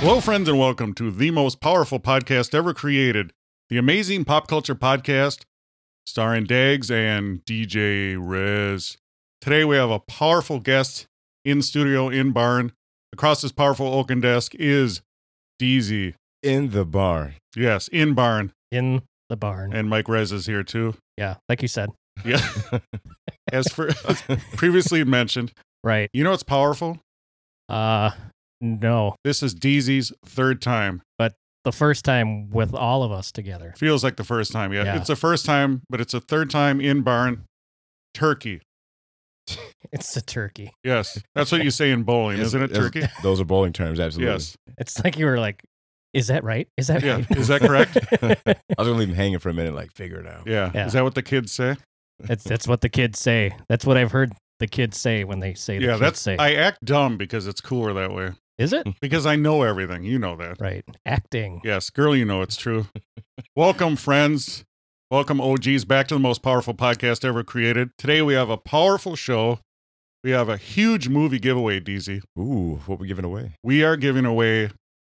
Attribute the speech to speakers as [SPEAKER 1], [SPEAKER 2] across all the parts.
[SPEAKER 1] Hello, friends, and welcome to the most powerful podcast ever created the amazing pop culture podcast starring Dags and DJ Riz. Today, we have a powerful guest in studio in barn. Across this powerful oaken desk is DZ.
[SPEAKER 2] in the bar.
[SPEAKER 1] Yes, in barn.
[SPEAKER 3] in the barn.
[SPEAKER 1] And Mike Rez is here too.
[SPEAKER 3] yeah, like you said.
[SPEAKER 1] Yeah. as for as previously mentioned,
[SPEAKER 3] Right.
[SPEAKER 1] you know what's powerful?
[SPEAKER 3] Uh no.
[SPEAKER 1] This is DZ's third time.
[SPEAKER 3] The first time with all of us together.
[SPEAKER 1] Feels like the first time. Yeah.
[SPEAKER 3] Yeah.
[SPEAKER 1] It's the first time, but it's a third time in barn. Turkey.
[SPEAKER 3] It's a turkey.
[SPEAKER 1] Yes. That's what you say in bowling,
[SPEAKER 2] Yes,
[SPEAKER 1] isn't it,
[SPEAKER 2] yes,
[SPEAKER 1] turkey?
[SPEAKER 2] Those are bowling terms, absolutely.
[SPEAKER 1] Yes.
[SPEAKER 3] It's like you were like, is that right? Is that
[SPEAKER 1] Yeah.
[SPEAKER 3] right?
[SPEAKER 1] Is that correct?
[SPEAKER 2] I was gonna leave him hanging for a minute, like figure it out.
[SPEAKER 1] Yeah.
[SPEAKER 3] Yeah.
[SPEAKER 1] Is that what the kids say?
[SPEAKER 3] that's that's what the kids say. That's what I've heard the kids say when they say the
[SPEAKER 1] yeah,
[SPEAKER 3] kids
[SPEAKER 1] that's
[SPEAKER 3] say.
[SPEAKER 1] I act dumb because it's cooler that way.
[SPEAKER 3] is it?
[SPEAKER 1] Because I know everything. You know that.
[SPEAKER 3] Right. Acting.
[SPEAKER 1] Yes, girl, you know it's true. Welcome, friends. Welcome, OGs, back to the most powerful podcast ever created. Today we have a powerful show. We have a huge movie giveaway, DZ.
[SPEAKER 2] Ooh, what we giving away?
[SPEAKER 1] We are giving away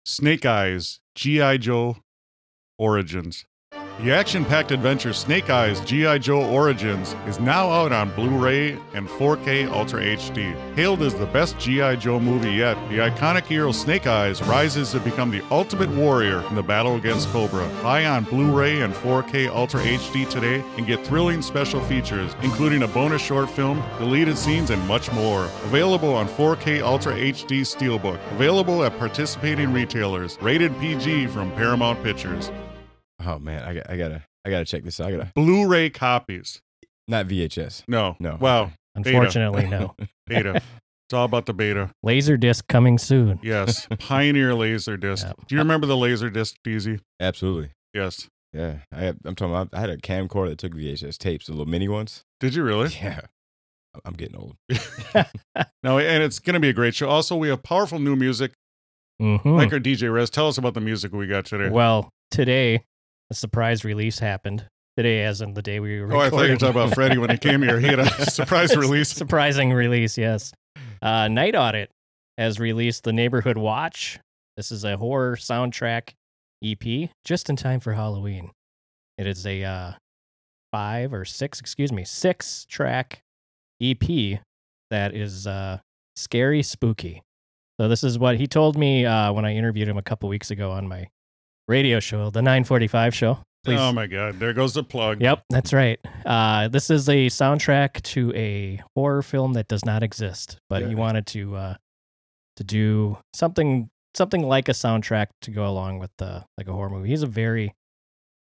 [SPEAKER 1] Snake Eyes G.I. Joe Origins. The action packed adventure Snake Eyes G.I. Joe Origins is now out on Blu ray and 4K Ultra HD. Hailed as the best G.I. Joe movie yet, the iconic hero Snake Eyes rises to become the ultimate warrior in the battle against Cobra. Buy on Blu ray and 4K Ultra HD today and get thrilling special features, including a bonus short film, deleted scenes, and much more. Available on 4K Ultra HD Steelbook. Available at participating retailers. Rated PG from Paramount Pictures.
[SPEAKER 2] Oh man, I, got- I gotta, I gotta check this out. I gotta
[SPEAKER 1] Blu-ray copies.
[SPEAKER 2] not VHS.
[SPEAKER 1] No,
[SPEAKER 2] No.
[SPEAKER 1] Wow,
[SPEAKER 3] Unfortunately, no.
[SPEAKER 1] beta. it's all about the beta.
[SPEAKER 3] Laser disc coming soon.
[SPEAKER 1] Yes, Pioneer Laserdisc.
[SPEAKER 3] Yeah.
[SPEAKER 1] Do you remember the Laserdisc, DZ?
[SPEAKER 2] Absolutely.
[SPEAKER 1] Yes.
[SPEAKER 2] Yeah, I, had- I'm talking. About, I had a camcorder that took VHS tapes, the little mini ones.
[SPEAKER 1] Did you really?
[SPEAKER 2] Yeah, I- I'm getting old.
[SPEAKER 1] No, and it's going to be a great show. Also, we have powerful new music.
[SPEAKER 3] Mhm.
[SPEAKER 1] Like our DJ Rez, tell us about the music we got today.
[SPEAKER 3] Well, today a surprise release happened. Today, as in the day we were
[SPEAKER 1] oh, I
[SPEAKER 3] recording.
[SPEAKER 1] thought you were talking about Freddie when he came here. He had a surprise release.
[SPEAKER 3] Surprising release, yes. Uh, Night Audit has released The Neighborhood Watch. This is a horror soundtrack EP just in time for Halloween. It is a uh, five or six, excuse me, six track EP that is uh, scary, spooky. So, this is what he told me uh, when I interviewed him a couple weeks ago on my radio show, the 945 show. Please
[SPEAKER 2] Um,
[SPEAKER 1] Oh my God! There goes the plug.
[SPEAKER 3] Yep, that's right. Uh, this is a soundtrack to a horror film that does not exist, but he
[SPEAKER 2] Yeah.
[SPEAKER 3] wanted to uh, to do something something like a soundtrack to go along with the like a horror movie. He's a very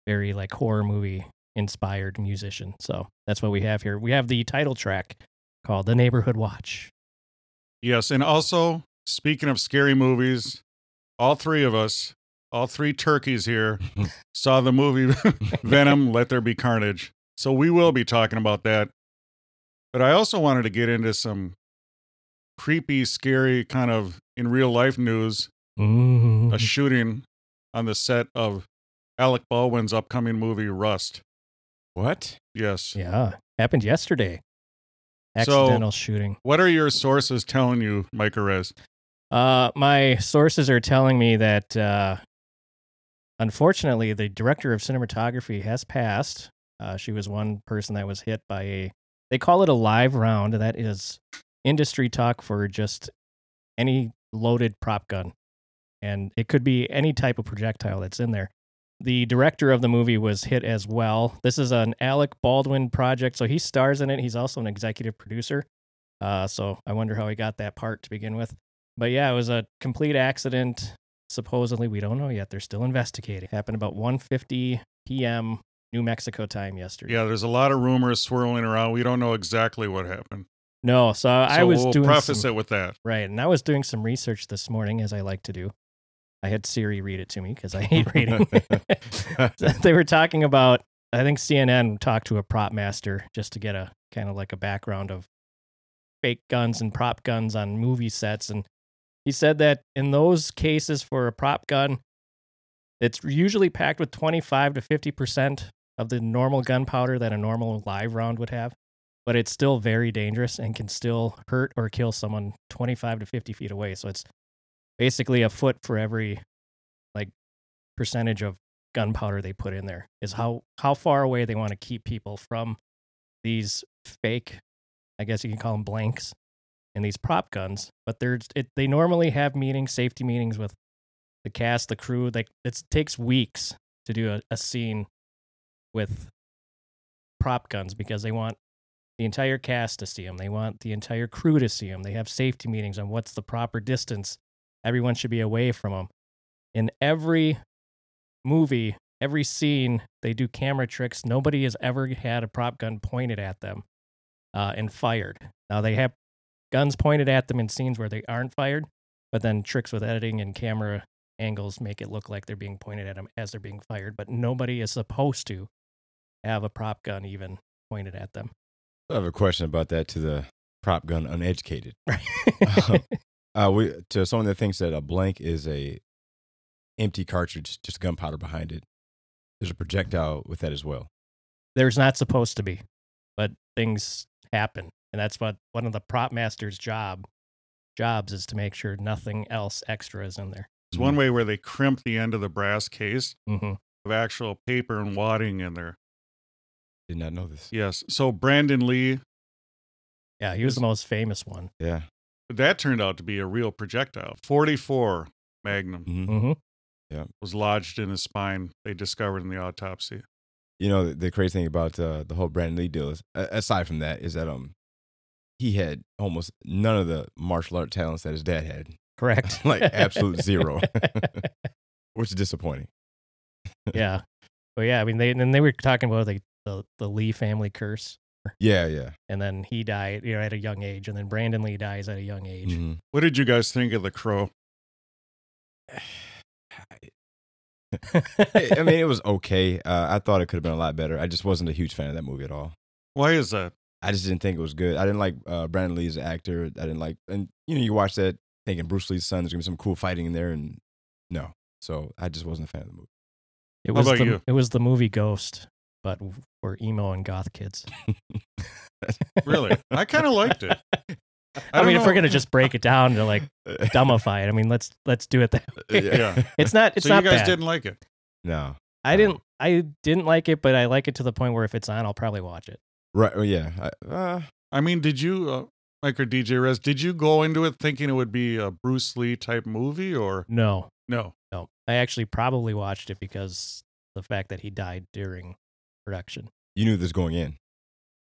[SPEAKER 3] very like horror movie inspired musician, so that's what we have here. We have the title track called "The Neighborhood Watch."
[SPEAKER 1] Yes, and also speaking of scary movies, all three of us, all three turkeys here, saw the movie Venom: Let There Be Carnage. So we will be talking about that. But I also wanted to get into some creepy, scary kind of in real life news.
[SPEAKER 3] Mm.
[SPEAKER 1] A shooting on the set of Alec Baldwin's upcoming movie Rust.
[SPEAKER 2] What?
[SPEAKER 1] Yes.
[SPEAKER 3] yeah, happened yesterday.
[SPEAKER 1] So-
[SPEAKER 3] Accidental shooting.
[SPEAKER 1] What are your sources telling you, Mike Arez?
[SPEAKER 3] Uh, my sources are telling me that uh, unfortunately, the director of cinematography has passed. Uh, she was one person that was hit by a, they call it a live round. That is industry talk for just any loaded prop gun. And it could be any type of projectile that's in there. The director of the movie was hit as well. This is an Alec Baldwin project. So he stars in it. He's also an executive producer. Uh, so I wonder how he got that part to begin with but yeah, it was a complete accident. supposedly we don't know yet. They're still investigating. Happened about 1:50 p.m. New Mexico time yesterday.
[SPEAKER 1] Yeah, there's a lot of rumors swirling around. We don't know exactly what happened.
[SPEAKER 3] No, so, I
[SPEAKER 1] So
[SPEAKER 3] was
[SPEAKER 1] we'll
[SPEAKER 3] doing
[SPEAKER 1] preface
[SPEAKER 3] some,
[SPEAKER 1] it with that.
[SPEAKER 3] right, and I was doing some research this morning as I like to do. I had Siri read it to me because I hate reading. they were talking about i think cnn talked to a prop master just to get a kind of like a background of fake guns and prop guns on movie sets and he said that in those cases for a prop gun it's usually packed with 25 to 50 percent of the normal gunpowder that a normal live round would have but it's still very dangerous and can still hurt or kill someone 25 to 50 feet away so it's basically a foot for every like percentage of gunpowder they put in there is how how far away they want to keep people from these fake i guess you can call them blanks and these prop guns but there's it, they normally have meetings safety meetings with the cast the crew like it takes weeks to do a, a scene with prop guns because they want the entire cast to see them they want the entire crew to see them they have safety meetings on what's the proper distance everyone should be away from them in every movie, every scene, they do camera tricks. Nobody has ever had a prop gun pointed at them uh, and fired. Now, they have guns pointed at them in scenes where they aren't fired, but then tricks with editing and camera angles make it look like they're being pointed at them as they're being fired. But nobody is supposed to have a prop gun even pointed at them.
[SPEAKER 2] I have a question about that to the prop gun uneducated.
[SPEAKER 3] Right.
[SPEAKER 2] Uh, we to someone that thinks that a blank is a empty cartridge, just gunpowder behind it. There's a projectile with that as well.
[SPEAKER 3] there's not supposed to be, but things happen, and that's what one of the prop master's job jobs is to make sure nothing else extra is in there.
[SPEAKER 1] It's one way where they crimp the end of the brass case
[SPEAKER 3] Mm-hmm.
[SPEAKER 1] of actual paper and wadding in there.
[SPEAKER 2] Did not know this.
[SPEAKER 1] Yes. So Brandon Lee,
[SPEAKER 3] Yeah, he was the most famous one.
[SPEAKER 2] Yeah.
[SPEAKER 1] that turned out to be a real projectile. 44 Magnum
[SPEAKER 2] Mhm.
[SPEAKER 3] Mm-hmm.
[SPEAKER 1] was lodged in his spine. They discovered in the autopsy.
[SPEAKER 2] You know the, the crazy thing about uh, the whole Brandon Lee deal is, a- aside from that, is that um he had almost none of the martial art talents that his dad had,
[SPEAKER 3] Correct.
[SPEAKER 2] like absolute zero, which is disappointing.
[SPEAKER 3] yeah, but yeah, I mean, they and then they were talking about the, the the Lee family curse,
[SPEAKER 2] Yeah, yeah.
[SPEAKER 3] and then he died, you know, at a young age, and then Brandon Lee dies at a young age.
[SPEAKER 2] Mhm.
[SPEAKER 1] What did you guys think of the crow?
[SPEAKER 2] I I mean, it was okay. Uh, I thought it could have been a lot better. I just wasn't a huge fan of that movie at all.
[SPEAKER 1] Why is that?
[SPEAKER 2] I just didn't think it was good. I didn't like uh, Brandon Lee as an actor. I didn't like, and you know, you watch that thinking Bruce Lee's son, there's gonna be some cool fighting in there, and no. So I just wasn't a fan of the movie.
[SPEAKER 3] It
[SPEAKER 1] How
[SPEAKER 3] was
[SPEAKER 1] about
[SPEAKER 3] the
[SPEAKER 1] you?
[SPEAKER 3] it was the movie Ghost, but for emo and goth kids.
[SPEAKER 1] Really? I kind of liked it.
[SPEAKER 3] I, mean,
[SPEAKER 1] don't
[SPEAKER 3] if we're
[SPEAKER 1] know.
[SPEAKER 3] gonna just break it down to like dumbify it, I mean, let's let's do it that.
[SPEAKER 1] Yeah.
[SPEAKER 3] It's not it's
[SPEAKER 1] so
[SPEAKER 3] not
[SPEAKER 1] you guys
[SPEAKER 3] bad.
[SPEAKER 1] didn't like it.
[SPEAKER 2] Uh, No.
[SPEAKER 3] I didn't I didn't like it, but I like it to the point where if it's on, I'll probably watch it.
[SPEAKER 2] Right. Well, yeah. I, uh,
[SPEAKER 1] I mean, did you, uh, Mike or DJ Res, did you go into it thinking it would be a Bruce Lee type movie or
[SPEAKER 3] No,
[SPEAKER 1] no?
[SPEAKER 3] no, I actually probably watched it because the fact that he died during production.
[SPEAKER 2] you knew this going in.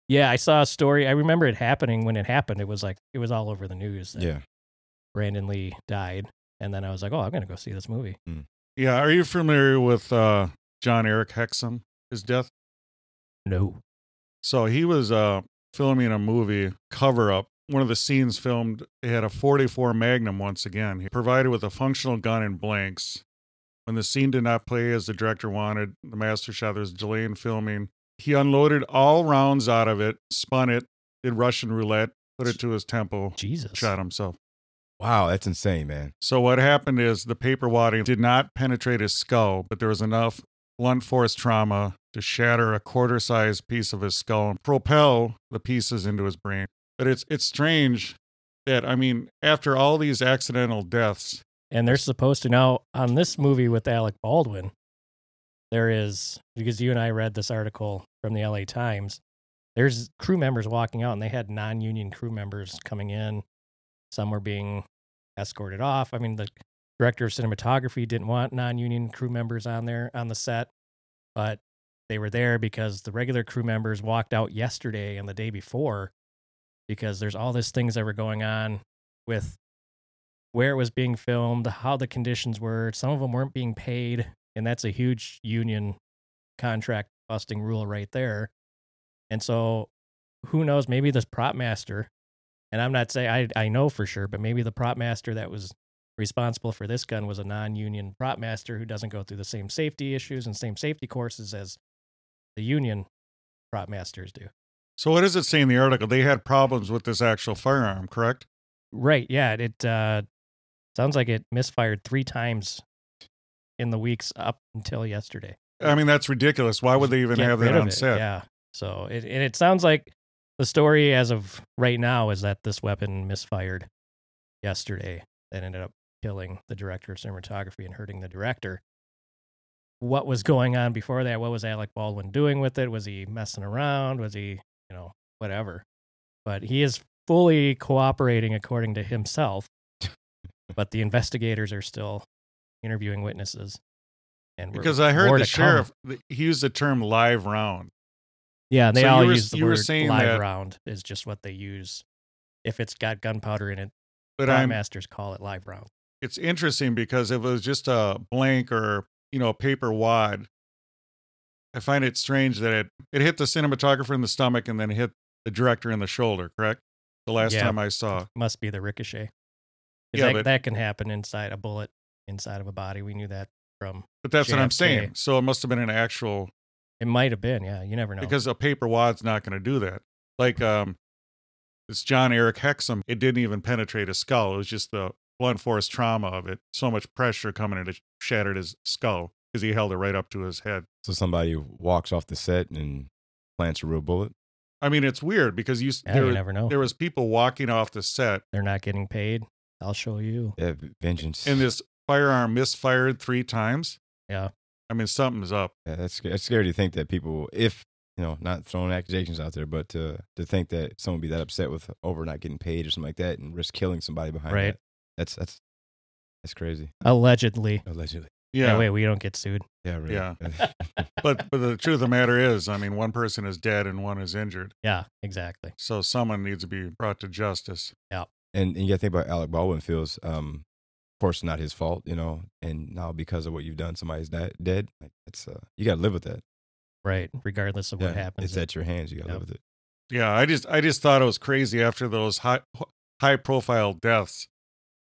[SPEAKER 3] Yeah, I saw a story. I remember it happening when it happened. It was like it was all over the news. That
[SPEAKER 2] Yeah.
[SPEAKER 3] Brandon Lee died, and then I was like, oh, I'm gonna go see this movie.
[SPEAKER 1] Yeah. Are you familiar with uh, John Eric Hexum, his death?
[SPEAKER 3] No,
[SPEAKER 1] So he was uh, filming a movie cover up. One of the scenes filmed, he had a 44 Magnum once again. He provided with a functional gun and blanks. When the scene did not play as the director wanted, the master shot, there was delay in filming. He unloaded all rounds out of it, spun it, did Russian roulette, put it to his temple,
[SPEAKER 3] Jesus.
[SPEAKER 1] shot himself.
[SPEAKER 2] Wow, that's insane, man.
[SPEAKER 1] So what happened is the paper wadding did not penetrate his skull, but there was enough blunt force trauma to shatter a quarter-sized piece of his skull and propel the pieces into his brain. But it's it's strange that I mean, after all these accidental deaths,
[SPEAKER 3] And they're supposed to now on this movie with Alec Baldwin. There is because you and I read this article from the LA Times. There's crew members walking out, and they had non-union crew members coming in. Some were being escorted off. I mean, the director of cinematography didn't want non-union crew members on there on the set, but they were there because the regular crew members walked out yesterday and the day before because there's all these things that were going on with where it was being filmed, how the conditions were. Some of them weren't being paid, and that's a huge union contract busting rule right there. And so, who knows? Maybe this prop master, and I'm not saying I I know for sure, but maybe the prop master that was responsible for this gun was a non-union prop master who doesn't go through the same safety issues and same safety courses as the union prop masters do.
[SPEAKER 1] So what does it say in the article? They had problems with this actual firearm, correct?
[SPEAKER 3] Right. Yeah. It uh, sounds like it misfired three times in the weeks up until yesterday.
[SPEAKER 1] I mean, that's ridiculous. Why would they even
[SPEAKER 3] Get
[SPEAKER 1] have
[SPEAKER 3] rid
[SPEAKER 1] that
[SPEAKER 3] of
[SPEAKER 1] on
[SPEAKER 3] it,
[SPEAKER 1] set?
[SPEAKER 3] Yeah. So it and it sounds like the story as of right now is that this weapon misfired yesterday that ended up killing the director of cinematography and hurting the director. What was going on before that? What was Alec Baldwin doing with it? Was he messing around? Was he, you know, whatever? But he is fully cooperating according to himself. but the investigators are still interviewing witnesses. And we're-
[SPEAKER 1] Because I heard
[SPEAKER 3] more
[SPEAKER 1] the
[SPEAKER 3] to come.
[SPEAKER 1] sheriff th- he used the term live round.
[SPEAKER 3] Yeah, they
[SPEAKER 1] So you
[SPEAKER 3] all
[SPEAKER 1] were-
[SPEAKER 3] use the
[SPEAKER 1] you were
[SPEAKER 3] word
[SPEAKER 1] saying
[SPEAKER 3] live
[SPEAKER 1] that-
[SPEAKER 3] round is just what they use. If it's got gunpowder in it,
[SPEAKER 1] But
[SPEAKER 3] prop
[SPEAKER 1] I'm
[SPEAKER 3] masters call it live round.
[SPEAKER 1] it's interesting because if it was just a blank or you know a paper wad, I find it strange that it it hit the cinematographer in the stomach and then hit the director in the shoulder. Correct? The last
[SPEAKER 3] Yeah.
[SPEAKER 1] time I saw.
[SPEAKER 3] Must be the ricochet. 'Cause
[SPEAKER 1] Yeah,
[SPEAKER 3] that,
[SPEAKER 1] but-
[SPEAKER 3] that can happen inside a bullet inside of a body. We knew that from.
[SPEAKER 1] But that's what I'm
[SPEAKER 3] JFK.
[SPEAKER 1] saying. So it must have been an actual
[SPEAKER 3] It might have been. Yeah, you never know.
[SPEAKER 1] because a paper wad's not going to do that. Like um, it's John Eric Hexum. It didn't even penetrate his skull. It was just the blunt force trauma of it. So much pressure coming in, it shattered his skull because he held it right up to his head.
[SPEAKER 2] So somebody walks off the set and plants a real bullet.
[SPEAKER 1] I mean, it's weird because you s-
[SPEAKER 3] yeah,
[SPEAKER 1] there,
[SPEAKER 3] you
[SPEAKER 1] were-
[SPEAKER 3] never know.
[SPEAKER 1] there was people walking off the set,
[SPEAKER 3] They're not getting paid. I'll show you.
[SPEAKER 2] Yeah, vengeance.
[SPEAKER 1] and this firearm misfired three times.
[SPEAKER 3] Yeah.
[SPEAKER 1] I mean, something's up.
[SPEAKER 2] Yeah, that's sc- that's scary to think that people, if you know, not throwing accusations out there, but to to think that someone would be that upset with over not getting paid or something like that and risk killing somebody behind
[SPEAKER 3] Right.
[SPEAKER 2] that. That's that's that's crazy.
[SPEAKER 3] Allegedly.
[SPEAKER 2] Allegedly.
[SPEAKER 3] Yeah.
[SPEAKER 1] Yeah,
[SPEAKER 3] wait, we don't get sued.
[SPEAKER 2] Yeah. Really.
[SPEAKER 1] Yeah. but but the truth of the matter is, I mean, one person is dead and one is injured,
[SPEAKER 3] Yeah, exactly.
[SPEAKER 1] so someone needs to be brought to justice.
[SPEAKER 2] and, and you got to think about Alec Baldwin feels, um, of course, not his fault, you know, and now because of what you've done, somebody's di- dead. Like it's uh, you got to live with that.
[SPEAKER 3] Right. Regardless of what
[SPEAKER 2] Yeah,
[SPEAKER 3] happens.
[SPEAKER 2] It's at your hands. You got to
[SPEAKER 3] Yep.
[SPEAKER 2] live with it.
[SPEAKER 1] Yeah, I just I just thought it was crazy after those high high profile deaths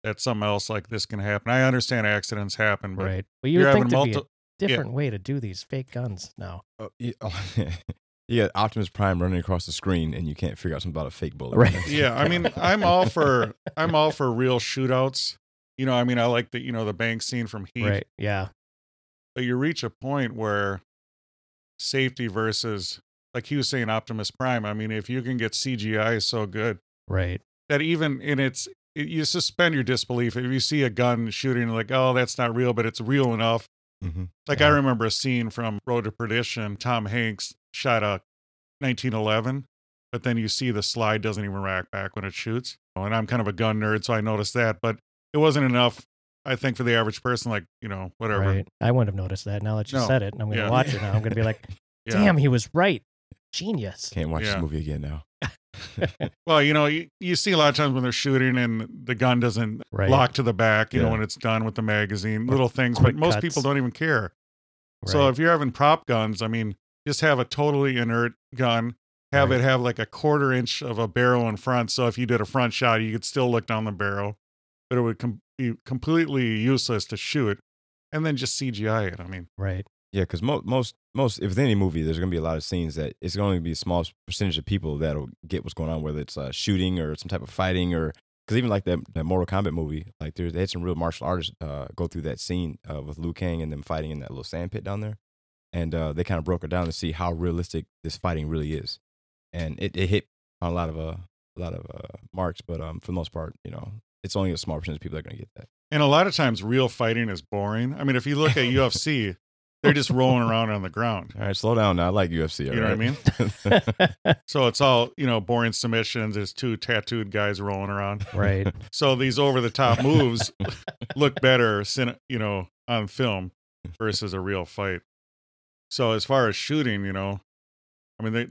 [SPEAKER 1] that something else like this can happen. I understand accidents happen, but
[SPEAKER 3] right. Well, you
[SPEAKER 1] you're
[SPEAKER 3] would
[SPEAKER 1] having
[SPEAKER 3] think there'd be
[SPEAKER 1] multiple.
[SPEAKER 3] a different way to do these fake guns now.
[SPEAKER 2] Oh, you, you got Optimus Prime running across the screen, and you can't figure out something about a fake bullet.
[SPEAKER 3] Right.
[SPEAKER 1] Yeah, I mean, I'm all for I'm all for real shootouts. You know, I mean, I like the you know the bank scene from Heat,
[SPEAKER 3] Right. Yeah.
[SPEAKER 1] but you reach a point where safety versus like he was saying Optimus Prime. I mean, if you can get CGI so good
[SPEAKER 3] Right.
[SPEAKER 1] that even in its it, you suspend your disbelief if you see a gun shooting like oh that's not real but it's real enough
[SPEAKER 2] hmm
[SPEAKER 1] Like I
[SPEAKER 3] Yeah.
[SPEAKER 1] remember a scene from Road to Perdition. Tom Hanks shot a 1911, but then you see the slide doesn't even rack back when it shoots. Oh, And I'm kind of a gun nerd, so I noticed that, but it wasn't enough. I think for the average person, like you know, whatever.
[SPEAKER 3] Right. I wouldn't have noticed that. Now that you
[SPEAKER 1] No.
[SPEAKER 3] said it, and I'm going to
[SPEAKER 1] Yeah.
[SPEAKER 3] watch it now. I'm going to be like,
[SPEAKER 1] Yeah.
[SPEAKER 3] damn, he was right. Genius.
[SPEAKER 2] Can't watch
[SPEAKER 1] Yeah.
[SPEAKER 2] this movie again now.
[SPEAKER 1] Well, you know, you, you see a lot of times when they're shooting and the gun doesn't
[SPEAKER 3] Right.
[SPEAKER 1] lock to the back. You know,
[SPEAKER 2] Yeah.
[SPEAKER 1] when it's done with the magazine,
[SPEAKER 3] Or
[SPEAKER 1] little things.
[SPEAKER 3] quick
[SPEAKER 1] But most
[SPEAKER 3] cuts.
[SPEAKER 1] people don't even care. So
[SPEAKER 3] Right.
[SPEAKER 1] if you're having prop guns, I mean, just have a totally inert gun. Have
[SPEAKER 3] Right.
[SPEAKER 1] it have like a quarter inch of a barrel in front. So if you did a front shot, you could still look down the barrel, but it would com- be completely useless to shoot. And then just CGI it. I mean,
[SPEAKER 3] right.
[SPEAKER 2] Yeah, because mo- most most if it's any movie, there's gonna be a lot of scenes that it's gonna be a small percentage of people that'll get what's going on, whether it's uh, shooting or some type of fighting or because even like that, that Mortal Kombat movie, like there they had some real martial artists uh, go through that scene uh, with Liu Kang and them fighting in that little sand pit down there, and uh, they kind of broke it down to see how realistic this fighting really is, and it, it hit on a lot of uh, a lot of uh, marks, but um, for the most part, you know, it's only a small percentage of people that are gonna get that.
[SPEAKER 1] and a lot of times real fighting is boring. I mean, if you look at UFC, they're just rolling around on the ground.
[SPEAKER 2] All right, slow down now. I like UFC.
[SPEAKER 1] You know what I mean?
[SPEAKER 2] what I
[SPEAKER 1] So it's all, you know, boring submissions. There's two tattooed guys rolling around.
[SPEAKER 3] Right.
[SPEAKER 1] So these over the top moves look better, cine- you know, on film versus a real fight. So as far as shooting, you know, I mean, they,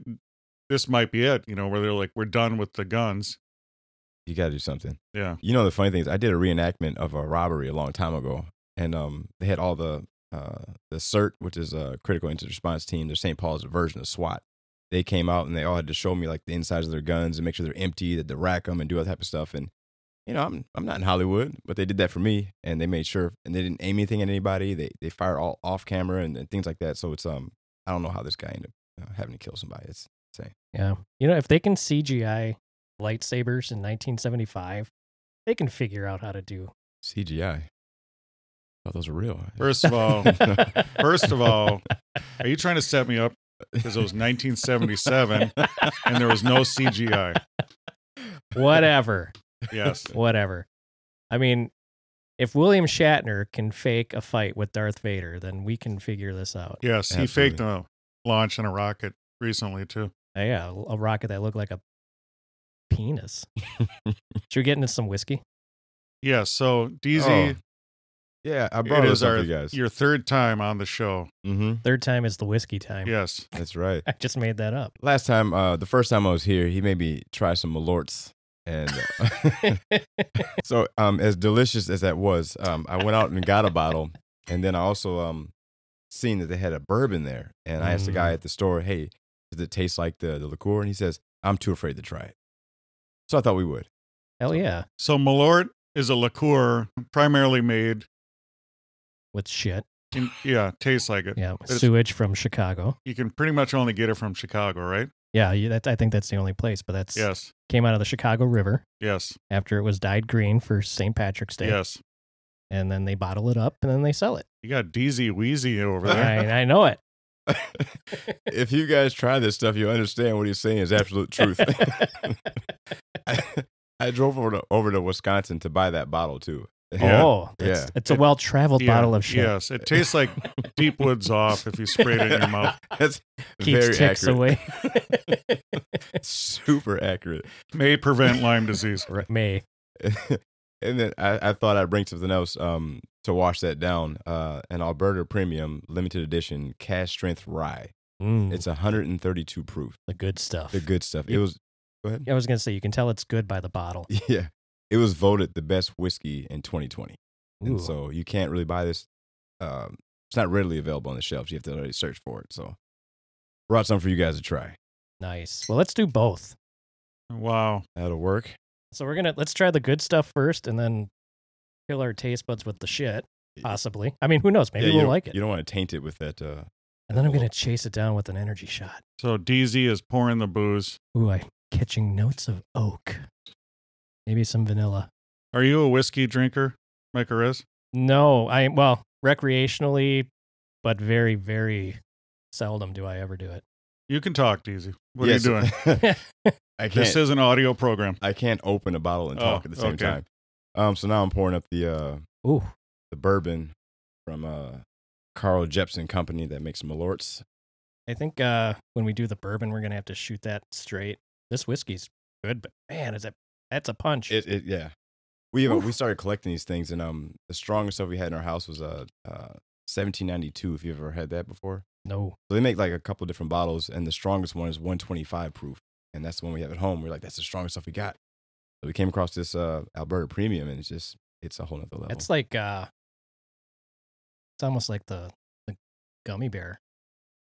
[SPEAKER 1] this might be it, you know, where they're like, we're done with the guns.
[SPEAKER 2] you got to do something.
[SPEAKER 1] Yeah.
[SPEAKER 2] You know the funny thing is, I did a reenactment of a robbery a long time ago, and um, they had all the uh, the CERT, which is a critical incident response team, the St. Paul's version of SWAT. They came out and they all had to show me like the insides of their guns and make sure they're empty, that they rack them and do all that type of stuff. And you know, I'm I'm not in Hollywood, but they did that for me, and they made sure, and they didn't aim anything at anybody. They they fired all off camera and, and things like that. So it's um, I don't know how this guy ended up uh, having to kill somebody. It's insane.
[SPEAKER 3] Yeah. You know, if they can CGI lightsabers in 1975, they can figure out how to do.
[SPEAKER 2] CGI. Oh, those are real.
[SPEAKER 1] First of all, first of all, are you trying to set me up? Because it was 1977 and there was no CGI.
[SPEAKER 3] Whatever.
[SPEAKER 1] Yes.
[SPEAKER 3] Whatever. I mean, if William Shatner can fake a fight with Darth Vader, then we can figure this out. Yeah,
[SPEAKER 1] Yes. He faked a launch on a rocket recently, too.
[SPEAKER 3] Uh, yeah a rocket that looked like a penis. Should we get into some whiskey?
[SPEAKER 1] Yeah. So, DZ,
[SPEAKER 2] Oh, yeah, I brought
[SPEAKER 1] it
[SPEAKER 2] this
[SPEAKER 1] is
[SPEAKER 2] up
[SPEAKER 1] our,
[SPEAKER 2] for you guys.
[SPEAKER 1] your third time on the show.
[SPEAKER 2] Mm-hmm.
[SPEAKER 3] Third time is the whiskey time.
[SPEAKER 1] Yes.
[SPEAKER 2] That's right.
[SPEAKER 3] I just made that up.
[SPEAKER 2] Last time, uh, the first time I was here, he made me try some Malorts, and uh, so um, as delicious as that was, um, I went out and got a bottle, and then I also um, seen that they had a bourbon there, and I asked the
[SPEAKER 1] Mm.
[SPEAKER 2] guy at the store, "Hey, does it taste like the the liqueur?" And he says, "I'm too afraid to try it." So I thought we would.
[SPEAKER 3] Hell yeah.
[SPEAKER 1] So, Malort is a liqueur primarily made.
[SPEAKER 3] With shit.
[SPEAKER 1] In, yeah. Tastes like it.
[SPEAKER 3] Yeah.
[SPEAKER 1] it's-
[SPEAKER 3] Sewage from Chicago.
[SPEAKER 1] You can pretty much only get it from Chicago, right?
[SPEAKER 3] Yeah. you- That, I think that's the only place, but that's
[SPEAKER 1] Yes.
[SPEAKER 3] came out of the Chicago River
[SPEAKER 1] Yes.
[SPEAKER 3] after it was dyed green for St. Patrick's Day.
[SPEAKER 1] Yes.
[SPEAKER 3] And then they bottle it up and then they sell it.
[SPEAKER 1] You got DZ Wheezy over there.
[SPEAKER 3] I, I know it.
[SPEAKER 2] if you guys try this stuff, you'll understand what he's saying is absolute truth. I, I drove over to over to Wisconsin to buy that bottle too.
[SPEAKER 1] Yeah.
[SPEAKER 3] Oh, that's,
[SPEAKER 2] Yeah.
[SPEAKER 3] it's a well traveled
[SPEAKER 1] Yeah,
[SPEAKER 3] bottle of shit.
[SPEAKER 1] Yes, it tastes like deep woods off if you sprayed it in your mouth.
[SPEAKER 2] That's
[SPEAKER 3] Keeps
[SPEAKER 2] very
[SPEAKER 3] ticks
[SPEAKER 2] accurate.
[SPEAKER 3] away.
[SPEAKER 2] Super accurate.
[SPEAKER 1] May prevent Lyme disease.
[SPEAKER 3] May.
[SPEAKER 2] and then I, I thought I'd bring something else um, to wash that down. Uh, an Alberta Premium Limited Edition Cash Strength Rye.
[SPEAKER 3] Mm,
[SPEAKER 2] It's 132 proof.
[SPEAKER 3] the good stuff.
[SPEAKER 2] The good stuff. It
[SPEAKER 3] You-
[SPEAKER 2] was. Go ahead.
[SPEAKER 3] I was going to say, you can tell it's good by the bottle.
[SPEAKER 2] Yeah. It was voted the best whiskey in 2020.
[SPEAKER 3] Ooh.
[SPEAKER 2] And so you can't really buy this. Um, it's not readily available on the shelves. You have to already search for it. So brought some for you guys to try.
[SPEAKER 3] nice. Well, let's do both.
[SPEAKER 1] Wow.
[SPEAKER 2] That'll work.
[SPEAKER 3] So we're going to, let's try the good stuff first and then kill our taste buds with the shit, possibly. I mean, who knows? Maybe
[SPEAKER 2] Yeah, you
[SPEAKER 3] we'll
[SPEAKER 2] don't-
[SPEAKER 3] like it.
[SPEAKER 2] You don't want to taint it with that. Uh,
[SPEAKER 3] And then I'm
[SPEAKER 2] Cool.
[SPEAKER 3] going to chase it down with an energy shot.
[SPEAKER 1] So DZ is pouring the booze.
[SPEAKER 3] Ooh, I'm catching notes of oak. Maybe some vanilla.
[SPEAKER 1] Are you a whiskey drinker, Mike Ariz?
[SPEAKER 3] No, I, well, recreationally, but very, very seldom do I ever do it.
[SPEAKER 1] You can talk, DZ. What
[SPEAKER 2] yes.
[SPEAKER 1] are you doing?
[SPEAKER 2] I can't.
[SPEAKER 1] This is an audio program.
[SPEAKER 2] I can't open a bottle and
[SPEAKER 1] Oh,
[SPEAKER 2] talk at the same
[SPEAKER 1] okay.
[SPEAKER 2] time. Um, so now I'm pouring up the uh,
[SPEAKER 3] Ooh,
[SPEAKER 2] the bourbon from uh, Carl Jepson Company that makes Malorts.
[SPEAKER 3] I think uh, when we do the bourbon, we're going to have to shoot that straight. This whiskey's good, but man, is that, that's a punch.
[SPEAKER 2] It, it yeah. We have,
[SPEAKER 3] Oof.
[SPEAKER 2] we started collecting these things, and um, the strongest stuff we had in our house was uh, uh 1792. If you've ever had that before,
[SPEAKER 3] no.
[SPEAKER 2] so they make like a couple different bottles, and the strongest one is 125 proof, and that's the one we have at home. We're like, that's the strongest stuff we got. So we came across this uh Alberta Premium, and it's just it's a whole nother level.
[SPEAKER 3] It's like, uh, it's almost like the, the gummy bear,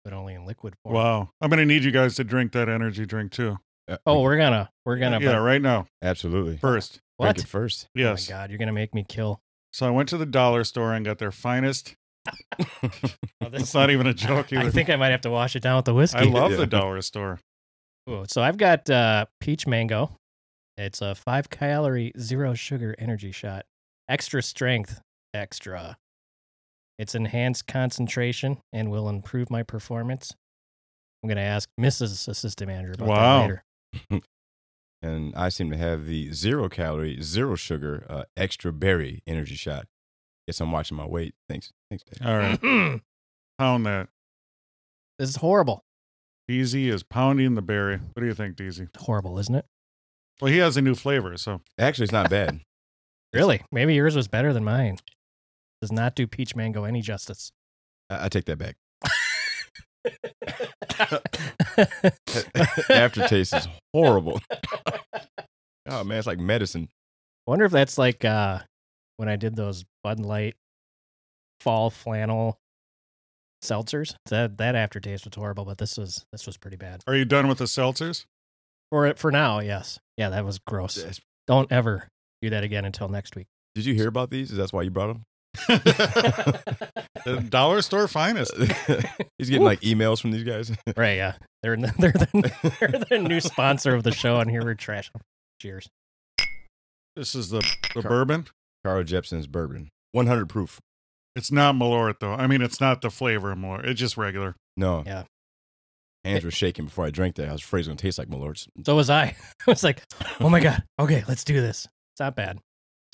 [SPEAKER 3] but only in liquid form.
[SPEAKER 1] Wow. I'm going to need you guys to drink that energy drink too.
[SPEAKER 2] Uh,
[SPEAKER 3] Oh, we're gonna, we're gonna,
[SPEAKER 1] Yeah, right now.
[SPEAKER 2] absolutely.
[SPEAKER 1] First.
[SPEAKER 3] what?
[SPEAKER 2] Drink it first.
[SPEAKER 1] Yes.
[SPEAKER 3] Oh my God, you're gonna make me kill.
[SPEAKER 1] so I went to the dollar store and got their finest.
[SPEAKER 3] Oh, this-
[SPEAKER 1] That's not even a joke.
[SPEAKER 3] I
[SPEAKER 1] either.
[SPEAKER 3] think I might have to wash it down with the whiskey.
[SPEAKER 1] I love
[SPEAKER 2] Yeah.
[SPEAKER 1] the dollar store.
[SPEAKER 3] Ooh, so I've got uh, peach mango. It's a five calorie, zero sugar energy shot. Extra strength, extra. It's enhanced concentration and will improve my performance. I'm going to ask Mrs. Assistant Manager about
[SPEAKER 1] Wow.
[SPEAKER 3] that later.
[SPEAKER 2] and I seem to have the zero calorie, zero sugar, uh, extra berry energy shot. Guess I'm watching my weight. Thanks, thanks. Dave.
[SPEAKER 1] All right. Pound that.
[SPEAKER 3] this is horrible.
[SPEAKER 1] DZ is pounding the berry. What do you think, DZ?
[SPEAKER 3] Horrible, isn't it?
[SPEAKER 1] Well, he has a new flavor, so
[SPEAKER 2] Actually, it's not bad.
[SPEAKER 3] Really? Maybe yours was better than mine. Does not do peach mango any justice.
[SPEAKER 2] I, I take that back. Aftertaste is horrible. Oh man, it's like medicine.
[SPEAKER 3] I wonder if that's like uh, when I did those Bud Light fall flannel seltzers. That that aftertaste was horrible, but this was this was pretty bad.
[SPEAKER 1] Are you done with the seltzers?
[SPEAKER 3] For for now, yes. Yeah, that was gross.
[SPEAKER 2] Yes.
[SPEAKER 3] Don't ever do that again until next week.
[SPEAKER 2] Did you hear about these? Is that why you brought them?
[SPEAKER 1] The dollar store finest.
[SPEAKER 2] He's getting like emails from these guys.
[SPEAKER 3] right, yeah. They're n- they're the, they're the new sponsor of the show and here we're trash. Cheers.
[SPEAKER 1] This is the, the
[SPEAKER 2] Car-
[SPEAKER 1] bourbon.
[SPEAKER 2] Carl Jepsen's bourbon, 100 proof.
[SPEAKER 1] It's not Malort though. I mean, it's not the flavor of Malort. It's just regular.
[SPEAKER 2] No.
[SPEAKER 3] Yeah.
[SPEAKER 2] Hands were shaking before I drank that. I was afraid it was gonna taste like Malort's.
[SPEAKER 3] So was I. I was like, "Oh my god, okay, let's do this." It's not bad.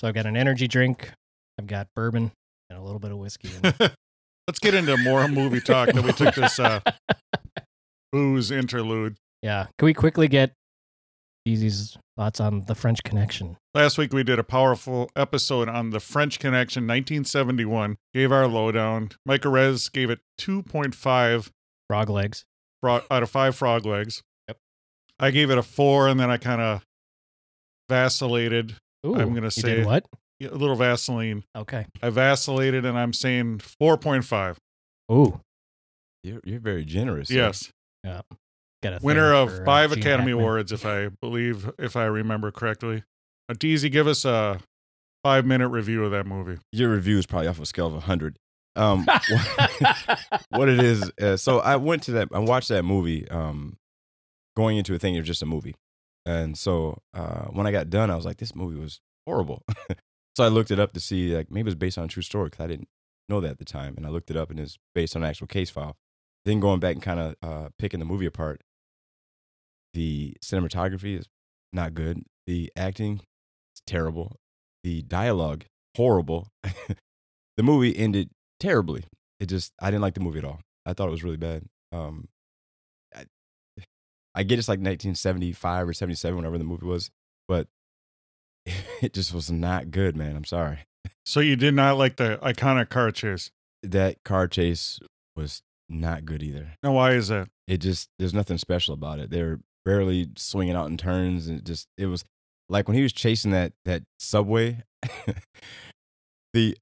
[SPEAKER 3] So I've got an energy drink, I've got bourbon, and a little bit of whiskey. In it.
[SPEAKER 1] Let's get into more movie talk that we took this uh, booze interlude.
[SPEAKER 3] Yeah. Can we quickly get Easy's thoughts on the French Connection?
[SPEAKER 1] Last week we did a powerful episode on the French Connection 1971. Gave our lowdown. Mike Rez gave it 2.5
[SPEAKER 3] Frog legs.
[SPEAKER 1] frog, out of five frog legs.
[SPEAKER 3] Yep.
[SPEAKER 1] I gave it a four, and then I kind of vacillated
[SPEAKER 3] Ooh,
[SPEAKER 1] I'm gonna
[SPEAKER 3] you
[SPEAKER 1] say-
[SPEAKER 3] did what?
[SPEAKER 1] a little Vaseline.
[SPEAKER 3] Okay.
[SPEAKER 1] I vacillated, and I'm saying 4.5.
[SPEAKER 3] Ooh.
[SPEAKER 2] You're, you're very generous. sir.
[SPEAKER 1] Yes,
[SPEAKER 3] Got a
[SPEAKER 1] winner
[SPEAKER 3] thing
[SPEAKER 1] of
[SPEAKER 3] for, uh,
[SPEAKER 1] five
[SPEAKER 3] Gene
[SPEAKER 1] Academy
[SPEAKER 3] Hackman.
[SPEAKER 1] Awards, if I believe, if I remember correctly. But DZ, give us a five minute review of that movie.
[SPEAKER 2] Your review is probably off of a scale of 100. Um, what, what it is, uh, so I went to that, I watched that movie um, going into a thing, it was just a movie. And so uh, when I got done, I was like, this movie was horrible. so I looked it up to see, like, maybe it's based on a true story because I didn't know that at the time. And I looked it up and it's based on an actual case file. Then going back and kind of uh, picking the movie apart, the cinematography is not good. The acting is terrible. The dialogue, horrible. the movie ended terribly. It just, I didn't like the movie at all. I thought it was really bad. Um, I, I get it's like 1975 or 77, whenever the movie was, but it just was not good, man. I'm sorry.
[SPEAKER 1] So you did not like the iconic car chase.
[SPEAKER 2] That car chase was not good either.
[SPEAKER 1] Now, why is that?
[SPEAKER 2] it just there's nothing special about it. They're barely swinging out in turns, and it just it was like when he was chasing that that subway. the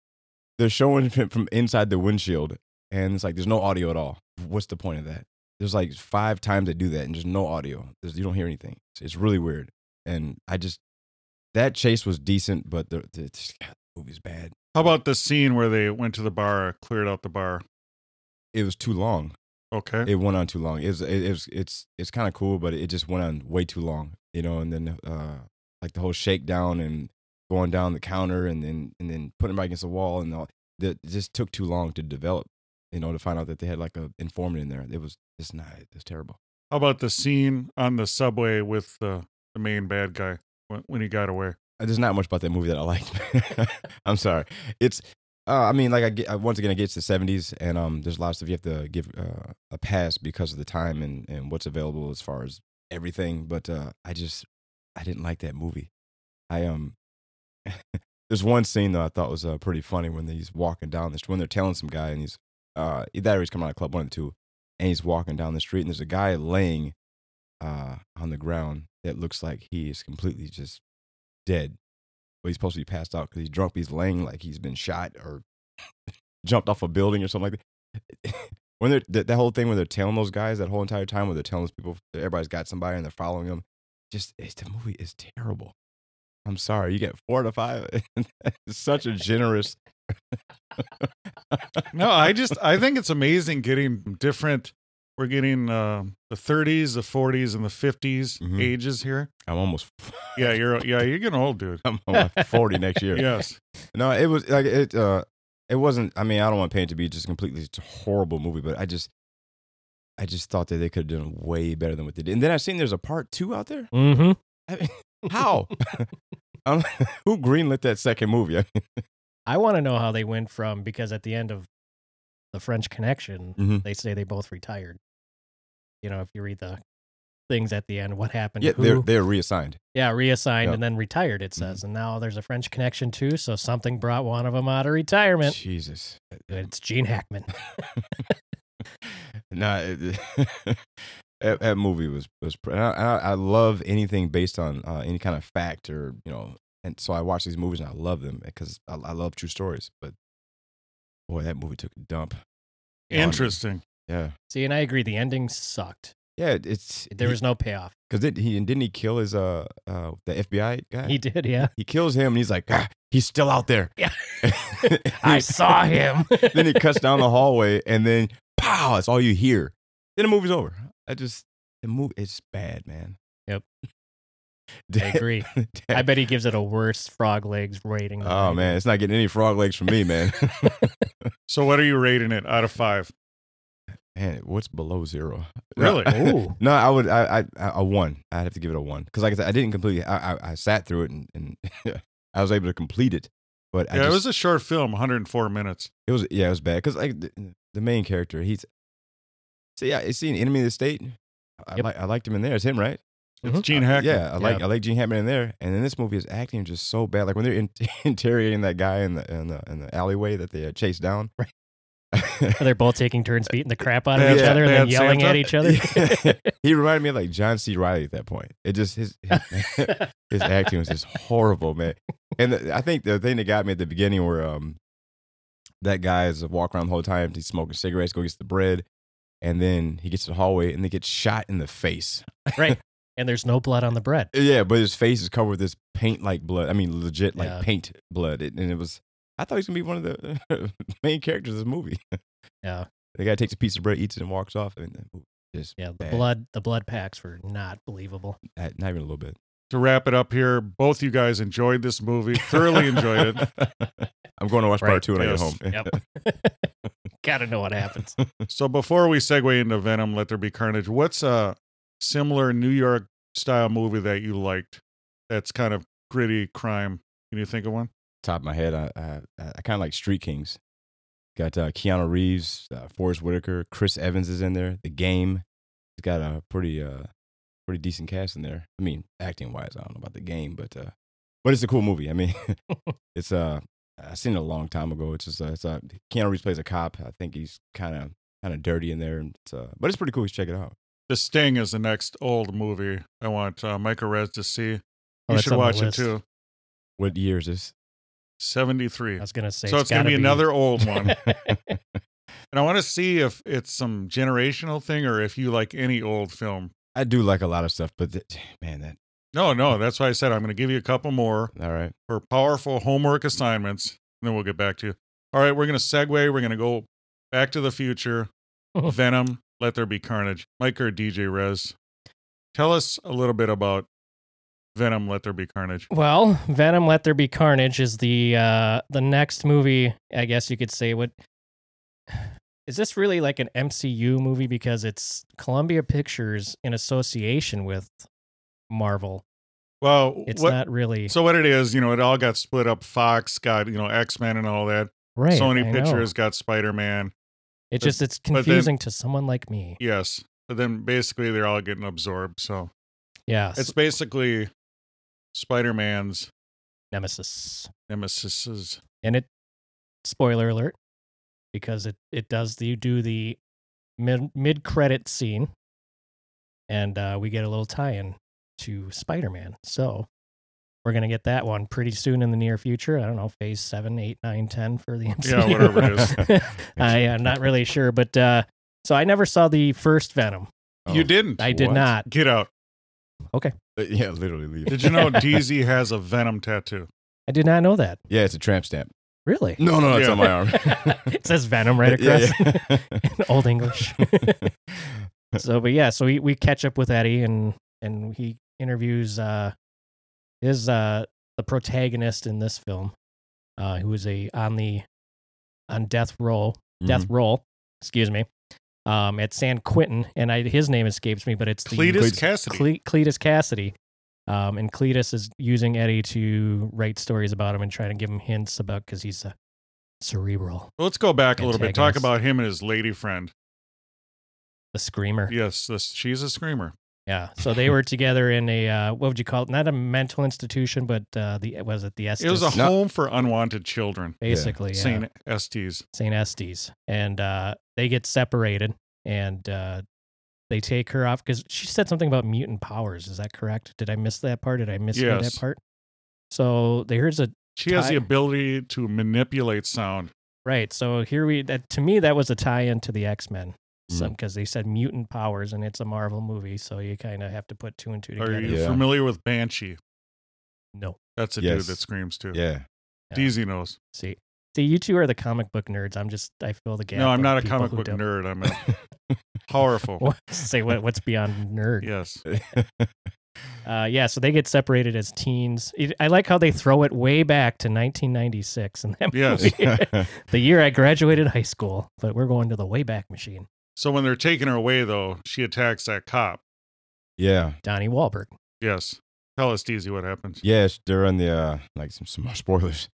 [SPEAKER 2] they're showing him from inside the windshield, and it's like there's no audio at all. What's the point of that? There's like five times they do that, and there's no audio. There's, you don't hear anything. It's, it's really weird. And I just that chase was decent, but the, the, God, the movie's bad.
[SPEAKER 1] How about the scene where they went to the bar, cleared out the bar?
[SPEAKER 2] It was too long.
[SPEAKER 1] Okay.
[SPEAKER 2] it went on too long. It's it, it's it's it's kind of cool, but it just went on way too long, you know. And then uh, like the whole shakedown and going down the counter, and then and then putting it back against the wall, and all that it just took too long to develop, you know, to find out that they had like a informant in there. It was it's not it's terrible.
[SPEAKER 1] How about the scene on the subway with the, the main bad guy when, when he got away?
[SPEAKER 2] Uh, There's not much about that movie that I liked. I'm sorry. It's uh, I mean, like I get uh, once again, I get to the '70s, and um, there's lots of you have to give uh, a pass because of the time and and what's available as far as everything. But uh, I just I didn't like that movie. I um, there's one scene though I thought was uh, pretty funny when he's walking down the street when they're telling some guy and he's uh either he's coming out of club one of the two, and he's walking down the street and there's a guy laying uh on the ground that looks like he is completely just dead, but he's supposed to be passed out because he's drunk. He's laying like he's been shot or jumped off a building or something like that. when they're that, that whole thing where they're telling those guys that whole entire time where they're telling those people that everybody's got somebody and they're following them, just it's, the movie is terrible. I'm sorry, you get four to five. It's such a generous.
[SPEAKER 1] No, I just I think it's amazing getting different. We're getting uh, the 30s, the 40s, and the 50s
[SPEAKER 2] Mhm.
[SPEAKER 1] ages here.
[SPEAKER 2] I'm almost.
[SPEAKER 1] Yeah, you're yeah you're getting old, dude.
[SPEAKER 2] I'm almost forty next year.
[SPEAKER 1] Yes,
[SPEAKER 2] No, it was like it. uh It wasn't. I mean, I don't want Pain to be just completely it's a horrible movie, but I just, I just thought that they could have done way better than what they did. And then I've seen there's a part two out there.
[SPEAKER 3] Mm-hmm.
[SPEAKER 2] How? I'm, who greenlit that second movie? I mean,
[SPEAKER 3] I want to know how they went from because at the end of the French Connection,
[SPEAKER 2] Mhm.
[SPEAKER 3] they say they both retired. You know, if you read the things at the end, what happened?
[SPEAKER 2] yeah,
[SPEAKER 3] who-
[SPEAKER 2] they're Mm-hmm. they're reassigned.
[SPEAKER 3] yeah, reassigned
[SPEAKER 2] Yeah.
[SPEAKER 3] and then retired. It says, and now there's a French Connection too. So something brought one of them out of retirement.
[SPEAKER 2] Jesus.
[SPEAKER 3] It's Gene Hackman.
[SPEAKER 2] Nah, it- That, that movie was was. pr- And I, I, I love anything based on uh, any kind of fact or you know. And so I watch these movies and I love them because I, I love true stories. But boy, that movie took a dump. Oh,
[SPEAKER 1] Interesting.
[SPEAKER 2] Yeah,
[SPEAKER 3] See, and I agree. The ending sucked.
[SPEAKER 2] yeah. It's
[SPEAKER 3] There was no payoff.
[SPEAKER 2] because did he and didn't he kill his uh uh the FBI guy?
[SPEAKER 3] He did, yeah.
[SPEAKER 2] he kills him and he's like, ah, he's still out there.
[SPEAKER 3] Yeah. I saw him.
[SPEAKER 2] then he cuts down the hallway and then pow, that's all you hear. Then the movie's over. I just the movie it's bad, man.
[SPEAKER 3] Yep. I
[SPEAKER 2] Dad-
[SPEAKER 3] agree.
[SPEAKER 2] dad-
[SPEAKER 3] I bet he gives it a worse frog legs rating. than I
[SPEAKER 2] oh
[SPEAKER 3] do.
[SPEAKER 2] man, it's not getting any frog legs from me, man.
[SPEAKER 1] So what are you rating it out of five?
[SPEAKER 2] man, what's below zero?
[SPEAKER 1] Really?
[SPEAKER 3] Ooh.
[SPEAKER 2] No, I would. I I I- a one. I'd have to give it a one because, like I said, I didn't complete. it. I I, I sat through it and, and I was able to complete it. But I
[SPEAKER 1] yeah, it
[SPEAKER 2] just-
[SPEAKER 1] was a short film, 104 minutes.
[SPEAKER 2] It was yeah, it was bad because like the, the main character, he's so yeah, is he an enemy of the state? I
[SPEAKER 3] Yep.
[SPEAKER 2] like I liked him in there. It's him, right?
[SPEAKER 1] It's
[SPEAKER 3] Mhm.
[SPEAKER 1] Gene Hackman.
[SPEAKER 2] Yeah, I like I like Gene Hackman in there. And then this movie is acting just so bad. Like when they're in, interrogating that guy in the in the in the alleyway that they had chased down.
[SPEAKER 3] Right.
[SPEAKER 2] Right.
[SPEAKER 3] They're both taking turns beating the crap out of
[SPEAKER 1] Bad-
[SPEAKER 3] each other and then
[SPEAKER 1] bad
[SPEAKER 3] yelling
[SPEAKER 1] Santa?
[SPEAKER 3] at each other.
[SPEAKER 2] he reminded me of like John C. Riley at that point. It just his his, his acting was just horrible, man. And the, I think the thing that got me at the beginning where um that guy is walking around the whole time, he's smoking cigarettes, go gets the bread, and then he gets to the hallway and they get shot in the face.
[SPEAKER 3] right. And there's no blood on the bread.
[SPEAKER 2] Yeah, but his face is covered with this paint like blood. I mean, legit like
[SPEAKER 3] Yeah.
[SPEAKER 2] paint blood. It, and it was I thought he was gonna be one of the main characters of this movie.
[SPEAKER 3] Yeah.
[SPEAKER 2] The guy takes a piece of bread, eats it, and walks off. And then just
[SPEAKER 3] Yeah. The
[SPEAKER 2] Bad.
[SPEAKER 3] blood the blood packs were not believable.
[SPEAKER 2] not even a little bit.
[SPEAKER 1] To wrap it up here, both you guys enjoyed this movie, thoroughly enjoyed it.
[SPEAKER 2] I'm going to watch
[SPEAKER 3] Right.
[SPEAKER 2] part two when
[SPEAKER 1] Yes.
[SPEAKER 2] I get home.
[SPEAKER 3] Yep. Gotta know what happens.
[SPEAKER 1] So before we segue into Venom, Let There Be Carnage, what's a similar New York style movie that you liked? That's kind of gritty crime. Can you think of one?
[SPEAKER 2] top of my head, I I, I kind of like Street Kings. Got uh, Keanu Reeves, uh, Forrest Whitaker, Chris Evans is in there. The Game, it's got a pretty uh pretty decent cast in there. I mean, acting wise, I don't know about the game, but uh, but it's a cool movie. I mean, it's uh I seen it a long time ago. It's just uh, it's uh, Keanu Reeves plays a cop. I think he's kind of kind of dirty in there, and it's, uh, but it's pretty cool. You should check it out.
[SPEAKER 1] The Sting is the next old movie I want uh, Mike Rez to see.
[SPEAKER 3] Oh,
[SPEAKER 1] you
[SPEAKER 3] that's
[SPEAKER 1] should
[SPEAKER 3] on my
[SPEAKER 1] watch it
[SPEAKER 3] list.
[SPEAKER 1] too.
[SPEAKER 2] What year is this?
[SPEAKER 1] 73.
[SPEAKER 3] I was gonna say
[SPEAKER 1] so it's going to
[SPEAKER 3] gotta
[SPEAKER 1] be another old one.
[SPEAKER 2] yeah,
[SPEAKER 1] And I want to see if it's some generational thing or if you like any old film.
[SPEAKER 2] I do like a lot of stuff, but th- man, that
[SPEAKER 1] No, no, that's why I said I'm going to give you a couple more
[SPEAKER 2] all right.
[SPEAKER 1] for powerful homework assignments, and then we'll get back to you. All right, we're going to segue. We're going to go back to the future. Venom, Let There Be Carnage. Mike or DJ Rez, tell us a little bit about Venom, Let There Be Carnage.
[SPEAKER 3] Well, Venom: Let There Be Carnage is the uh the next movie. I guess you could say what is this really like an MCU movie because it's Columbia Pictures in association with Marvel.
[SPEAKER 1] Well,
[SPEAKER 3] It's
[SPEAKER 1] what,
[SPEAKER 3] not really
[SPEAKER 1] so what it is, you know, it all got split up. Fox got, you know, X Men and all that.
[SPEAKER 3] right.
[SPEAKER 1] Sony
[SPEAKER 3] I know.
[SPEAKER 1] Pictures got Spider Man.
[SPEAKER 3] It's just it's
[SPEAKER 1] then-
[SPEAKER 3] confusing to someone like me.
[SPEAKER 1] Yes. But then basically they're all getting absorbed. So
[SPEAKER 3] Yeah,
[SPEAKER 1] it's basically Spider Man's
[SPEAKER 3] Nemesis,
[SPEAKER 1] nemesis.
[SPEAKER 3] and it spoiler alert because it it does the do the mid mid credit scene, and uh, we get a little tie in to Spider Man. So we're gonna get that one pretty soon in the near future. I don't know, phase seven, eight, nine, ten for the MCU.
[SPEAKER 1] Yeah, whatever it is.
[SPEAKER 3] I am not really sure, but uh, so I never saw the first Venom.
[SPEAKER 2] oh.
[SPEAKER 1] You didn't.
[SPEAKER 3] I did
[SPEAKER 2] What?
[SPEAKER 3] not.
[SPEAKER 1] Oh, Get out.
[SPEAKER 2] Uh, Yeah, literally leave.
[SPEAKER 1] Did you know DZ has a Venom tattoo?
[SPEAKER 3] I did not know that.
[SPEAKER 2] Yeah, it's a tramp stamp.
[SPEAKER 3] Really.
[SPEAKER 2] No, no, it's
[SPEAKER 1] Yeah.
[SPEAKER 2] on my arm.
[SPEAKER 1] Mm.
[SPEAKER 3] it says Venom right across. in Old English. so, but yeah, so we, we catch up with Eddie and and he interviews uh his uh the protagonist in this film, uh who is a on the on death row death roll, excuse me, um at San Quentin, and I his name escapes me, but it's the
[SPEAKER 1] Cletus
[SPEAKER 2] Cletus-
[SPEAKER 1] Cassidy.
[SPEAKER 3] Cle- Cletus Cassidy. Um, and Cletus is using Eddie to write stories about him and trying to give him hints about because he's uh, cerebral,
[SPEAKER 1] Well, Let's go back a little bit. Talk
[SPEAKER 3] Antagonist.
[SPEAKER 1] about him and his lady friend.
[SPEAKER 3] the screamer.
[SPEAKER 1] Yes, this, she's a screamer.
[SPEAKER 3] Yeah. So they were together in a uh, what would you call it? Not a mental institution, but uh, the was it the Estes?
[SPEAKER 1] It was a
[SPEAKER 2] No.
[SPEAKER 1] home for unwanted children.
[SPEAKER 3] basically yeah.
[SPEAKER 1] Saint Estes.
[SPEAKER 3] Saint Estes, and uh, they get separated, and uh, they take her off because she said something about mutant powers. Is that correct? Did I miss that part? Did I miss
[SPEAKER 1] Yes.
[SPEAKER 3] that part? So there's a
[SPEAKER 1] She has the
[SPEAKER 3] Ty-
[SPEAKER 1] ability to manipulate sound.
[SPEAKER 3] right. So here we that to me that was a tie-in to the X Men. Some because they said mutant powers and it's a Marvel movie, so you kind of have to put two and two together.
[SPEAKER 1] Are you
[SPEAKER 2] Yeah.
[SPEAKER 1] familiar with Banshee?
[SPEAKER 3] No,
[SPEAKER 1] That's a
[SPEAKER 2] Yes.
[SPEAKER 1] dude that screams too.
[SPEAKER 2] Mm-hmm. Yeah.
[SPEAKER 3] Yeah.
[SPEAKER 1] Deezy knows.
[SPEAKER 3] see, see, you two are the comic book nerds. I'm just I fill the gap.
[SPEAKER 1] no, I'm
[SPEAKER 3] of
[SPEAKER 1] not a
[SPEAKER 3] people
[SPEAKER 1] comic
[SPEAKER 3] who
[SPEAKER 1] book
[SPEAKER 3] don't-
[SPEAKER 1] nerd. I'm a powerful.
[SPEAKER 3] What, say what? What's beyond nerd?
[SPEAKER 1] yes.
[SPEAKER 3] Uh, yeah, so they get separated as teens. It, I like how they throw it way back to 1996 in that
[SPEAKER 1] Yes.
[SPEAKER 3] movie. the year I graduated high school, but we're going to the Wayback Machine.
[SPEAKER 1] So when they're taking her away, though, she attacks that cop.
[SPEAKER 2] yeah.
[SPEAKER 3] Donnie Wahlberg.
[SPEAKER 1] Yes. Tell us, Deezy, what happens.
[SPEAKER 2] Yes, they're in the uh like some some more spoilers.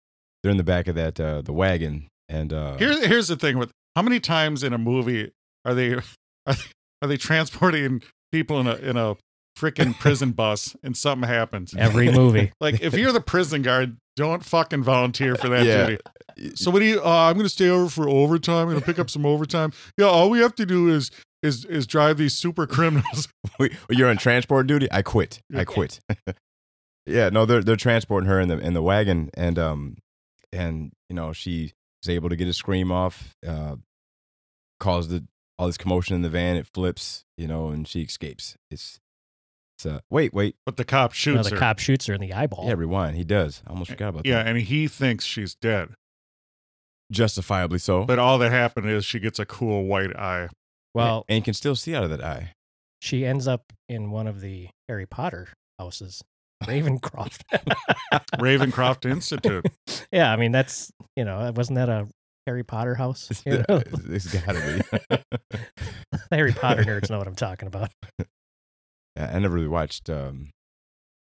[SPEAKER 2] They're in the back of that uh the wagon and uh
[SPEAKER 1] Here, here's the thing with how many times in a movie are they are, are they transporting people in a in a freaking prison bus and something happens?
[SPEAKER 3] Every movie.
[SPEAKER 1] Like if you're the prison guard, don't fucking volunteer for that
[SPEAKER 2] Yeah.
[SPEAKER 1] duty. So what do you? Uh, I'm going to stay over for overtime. I'm going to pick up some overtime. Yeah, all we have to do is is is drive these super criminals.
[SPEAKER 2] Wait, you're on transport duty. I quit.
[SPEAKER 1] Yeah.
[SPEAKER 2] I quit. yeah, no, they're they're transporting her in the in the wagon, and um, and you know she is able to get a scream off, uh, caused the, all this commotion in the van. It flips, you know, and she escapes. It's it's uh, wait, wait,
[SPEAKER 1] But the cop
[SPEAKER 3] You know,
[SPEAKER 1] shoots
[SPEAKER 3] the
[SPEAKER 1] her.
[SPEAKER 3] cop shoots her in the eyeball.
[SPEAKER 2] yeah, rewind. He does. I almost forgot about
[SPEAKER 1] Eh, Yeah,
[SPEAKER 2] that.
[SPEAKER 1] and he thinks she's dead.
[SPEAKER 2] Justifiably so,
[SPEAKER 1] But eh, all that happened is she gets a cool white eye.
[SPEAKER 3] Well,
[SPEAKER 2] and can still see out of that eye.
[SPEAKER 3] she ends up in one of the Harry Potter houses, Ravencroft.
[SPEAKER 1] Ravencroft Institute.
[SPEAKER 3] yeah, I mean, that's, you know, wasn't that a Harry Potter house? You know?
[SPEAKER 2] it's gotta be.
[SPEAKER 3] Harry Potter nerds know what I'm talking about.
[SPEAKER 2] Yeah, I never really watched um,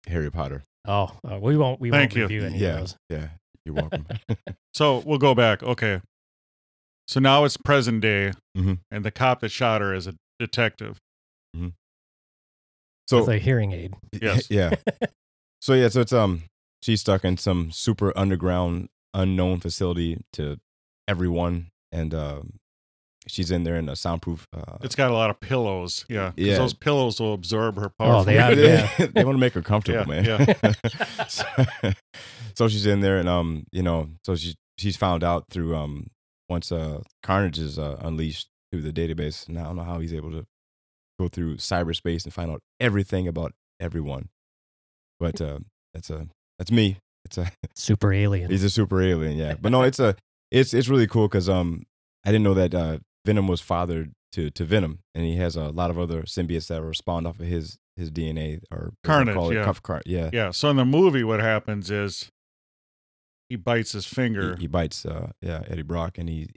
[SPEAKER 2] Harry Potter.
[SPEAKER 3] Oh, uh, we won't, we
[SPEAKER 1] Thank
[SPEAKER 3] won't
[SPEAKER 1] you.
[SPEAKER 3] review any
[SPEAKER 2] Yeah.
[SPEAKER 3] of those.
[SPEAKER 2] Yeah, you're welcome.
[SPEAKER 1] So we'll go back. Okay. So now it's present day,
[SPEAKER 2] Mhm.
[SPEAKER 1] and the cop that shot her is a detective.
[SPEAKER 2] so
[SPEAKER 3] With a hearing aid.
[SPEAKER 1] Yes.
[SPEAKER 2] yeah. So yeah, so it's um she's stuck in some super underground unknown facility to everyone and um she's in there in a soundproof uh
[SPEAKER 1] It's got a lot of pillows. Yeah. 'cause
[SPEAKER 2] Yeah.
[SPEAKER 1] Those pillows will absorb her power.
[SPEAKER 3] Oh, they are. Yeah.
[SPEAKER 2] they want to make her comfortable,
[SPEAKER 1] Yeah,
[SPEAKER 2] man. so, so she's in there, and um, you know, so she she's found out through um once uh Carnage is uh, unleashed through the database, and I don't know how he's able to go through cyberspace and find out everything about everyone. But uh, that's a that's me. It's a
[SPEAKER 3] Super alien.
[SPEAKER 2] he's a super alien, yeah. But no, it's a it's it's really cool because um I didn't know that uh, Venom was fathered to to Venom, and he has a lot of other symbiotes that respond off of his his DNA or what do they
[SPEAKER 1] Carnage,
[SPEAKER 2] call it?
[SPEAKER 1] yeah.
[SPEAKER 2] Cuff car, yeah.
[SPEAKER 1] Yeah. So in the movie, what happens is he bites his
[SPEAKER 2] He-
[SPEAKER 1] finger,
[SPEAKER 2] He, bites uh yeah Eddie Brock, and he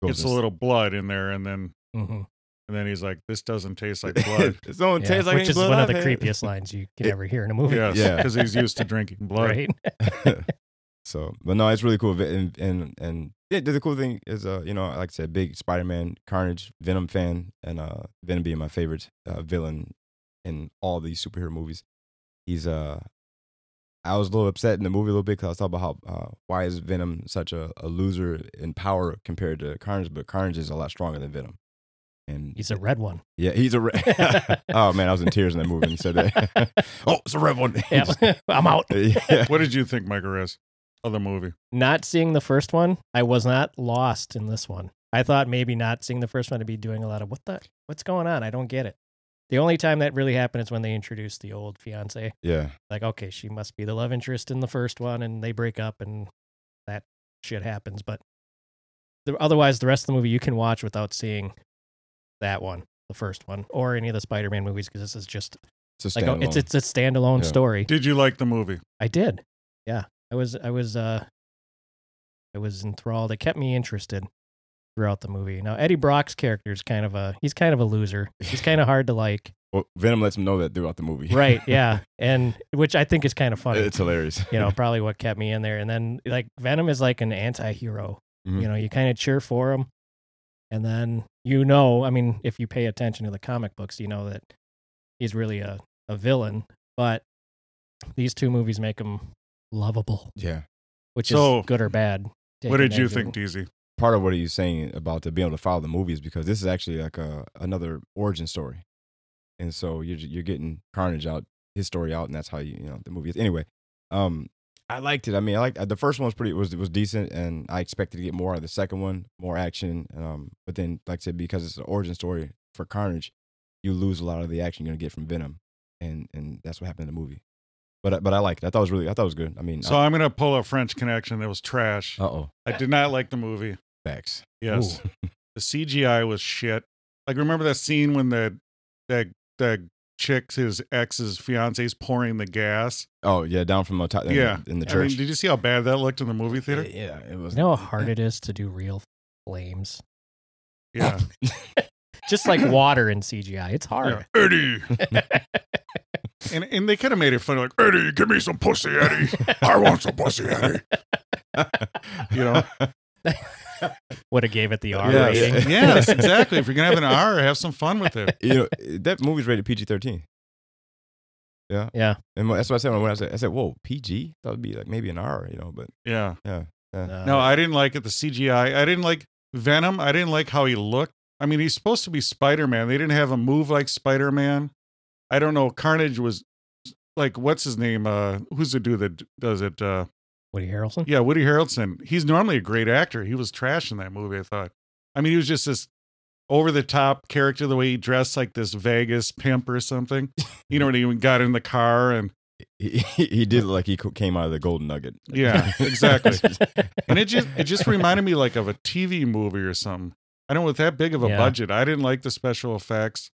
[SPEAKER 2] goes
[SPEAKER 1] gets a
[SPEAKER 2] and-
[SPEAKER 1] little blood in there, and then
[SPEAKER 3] Mhm.
[SPEAKER 1] and then he's like, "This doesn't taste like blood."
[SPEAKER 2] It don't
[SPEAKER 3] Yeah,
[SPEAKER 2] taste like
[SPEAKER 3] which
[SPEAKER 2] any
[SPEAKER 3] is
[SPEAKER 2] blood
[SPEAKER 3] one of
[SPEAKER 2] I've
[SPEAKER 3] the
[SPEAKER 2] had.
[SPEAKER 3] creepiest lines you could
[SPEAKER 2] It-
[SPEAKER 3] ever hear in a movie,
[SPEAKER 1] yes.
[SPEAKER 2] Yeah.
[SPEAKER 1] Because he's used to drinking blood.
[SPEAKER 3] right?
[SPEAKER 2] so, but no, it's really cool. And and and yeah, the cool thing is, uh, you know, like I said, big Spider-Man, Carnage, Venom fan, and uh, Venom being my favorite uh, villain in all these superhero movies. He's uh, I was a little upset in the movie a little bit because I was talking about how uh, why is Venom such a, a loser in power compared to Carnage, but Carnage is a lot stronger than Venom. And
[SPEAKER 3] He's a red one.
[SPEAKER 2] yeah, he's a. Re- oh man, I was in tears in that movie when he said that. oh, it's a red one.
[SPEAKER 3] Yeah, I'm out.
[SPEAKER 2] yeah.
[SPEAKER 1] What did you think, Mike Rez, of the movie?
[SPEAKER 3] Not seeing the first one, I was not lost in this one. I thought maybe not seeing the first one to be doing a lot of what the what's going on. I don't get it. The only time that really happened is when they introduced the old fiance.
[SPEAKER 2] Yeah.
[SPEAKER 3] Like, okay, she must be the love interest in the first one, and they break up, and that shit happens. But the, otherwise, the rest of the movie you can watch without seeing that one, the first one, or any of the Spider-Man movies, because this is just
[SPEAKER 2] It's a
[SPEAKER 3] like
[SPEAKER 2] standalone.
[SPEAKER 3] oh, it's it's a standalone
[SPEAKER 2] Yeah.
[SPEAKER 3] story.
[SPEAKER 1] Did you like the movie?
[SPEAKER 3] I did. Yeah. I was I was uh I was enthralled. It kept me interested throughout the movie. Now Eddie Brock's character is kind of a he's kind of a loser. He's kind of hard to like.
[SPEAKER 2] Well, Venom lets him know that throughout the movie.
[SPEAKER 3] Right, yeah. And which I think is kind of funny.
[SPEAKER 2] it's hilarious.
[SPEAKER 3] You know, probably what kept me in there. And then like Venom is like an anti-hero.
[SPEAKER 2] Mhm.
[SPEAKER 1] Mm-hmm.
[SPEAKER 3] You know, you kind of cheer for him. And then you know, I mean, if you pay attention to the comic books, you know that he's really a, a villain. But these two movies make him lovable.
[SPEAKER 2] Yeah.
[SPEAKER 3] which
[SPEAKER 1] So,
[SPEAKER 3] is good or bad.
[SPEAKER 1] what
[SPEAKER 3] taken
[SPEAKER 1] did you
[SPEAKER 3] as
[SPEAKER 1] think,
[SPEAKER 3] it-
[SPEAKER 1] DZ?
[SPEAKER 2] Part of what he's saying about the being able to follow the movie is because this is actually like a another origin story. and so you're ju- you're getting Carnage out his story out, and that's how you you know the movie is. Anyway, um, I liked it. I mean, I liked uh, the first one was pretty was was decent, and I expected to get more out of the second one, more action. Um, but then like I said, because it's an origin story for Carnage, you lose a lot of the action you're gonna get from Venom, and and that's what happened in the movie. But I- but I liked it. I thought it was really I thought it was good. I mean,
[SPEAKER 1] So I'm going to pull a French connection that was trash.
[SPEAKER 2] uh oh,
[SPEAKER 1] I did not like the movie.
[SPEAKER 2] facts.
[SPEAKER 1] Yes. The CGI was shit. Like remember that scene when the that that chick's his ex's fiance's pouring the gas?
[SPEAKER 2] Oh yeah, down from the top in,
[SPEAKER 1] Yeah.
[SPEAKER 2] yeah. in the
[SPEAKER 1] I mean,
[SPEAKER 2] church.
[SPEAKER 1] did you see how bad that looked in the movie theater?
[SPEAKER 2] yeah, it was.
[SPEAKER 3] You know how hard it is to do real flames?
[SPEAKER 1] Yeah.
[SPEAKER 3] Just like water in CGI. It's
[SPEAKER 1] yeah.
[SPEAKER 3] hard.
[SPEAKER 1] Eddie. and and they could have made it funny, like, Eddie, give me some pussy, Eddie. I want some pussy, Eddie. You know?
[SPEAKER 3] Would have gave it the R
[SPEAKER 2] Yeah,
[SPEAKER 3] rating.
[SPEAKER 2] yeah.
[SPEAKER 1] yes, exactly. If you're gonna have an hour, have some fun with it.
[SPEAKER 2] you know, that movie's rated PG thirteen. Yeah,
[SPEAKER 3] Yeah.
[SPEAKER 2] and that's what I said when I said I said, "Whoa, PG? That would be like maybe an R, you know." But
[SPEAKER 1] Yeah.
[SPEAKER 2] yeah,
[SPEAKER 3] Uh,
[SPEAKER 1] No, I didn't like it. The CGI. I didn't like Venom. I didn't like how he looked. I mean, he's supposed to be Spider Man. They didn't have him move like Spider Man. I don't know. Carnage was like, what's his name? Uh, who's the dude that does it? Uh,
[SPEAKER 3] Woody Harrelson?
[SPEAKER 1] yeah, Woody Harrelson. He's normally a great actor. He was trash in that movie. I thought. I mean, he was just this over the top character. The way he dressed, like this Vegas pimp or something. You know, when he even got in the car and
[SPEAKER 2] he, he he did look like he co- came out of the Golden Nugget.
[SPEAKER 1] yeah, exactly. and it just it just reminded me like of a TV movie or something. I don't know with that big of a
[SPEAKER 3] Yeah.
[SPEAKER 1] budget. I didn't like the special effects.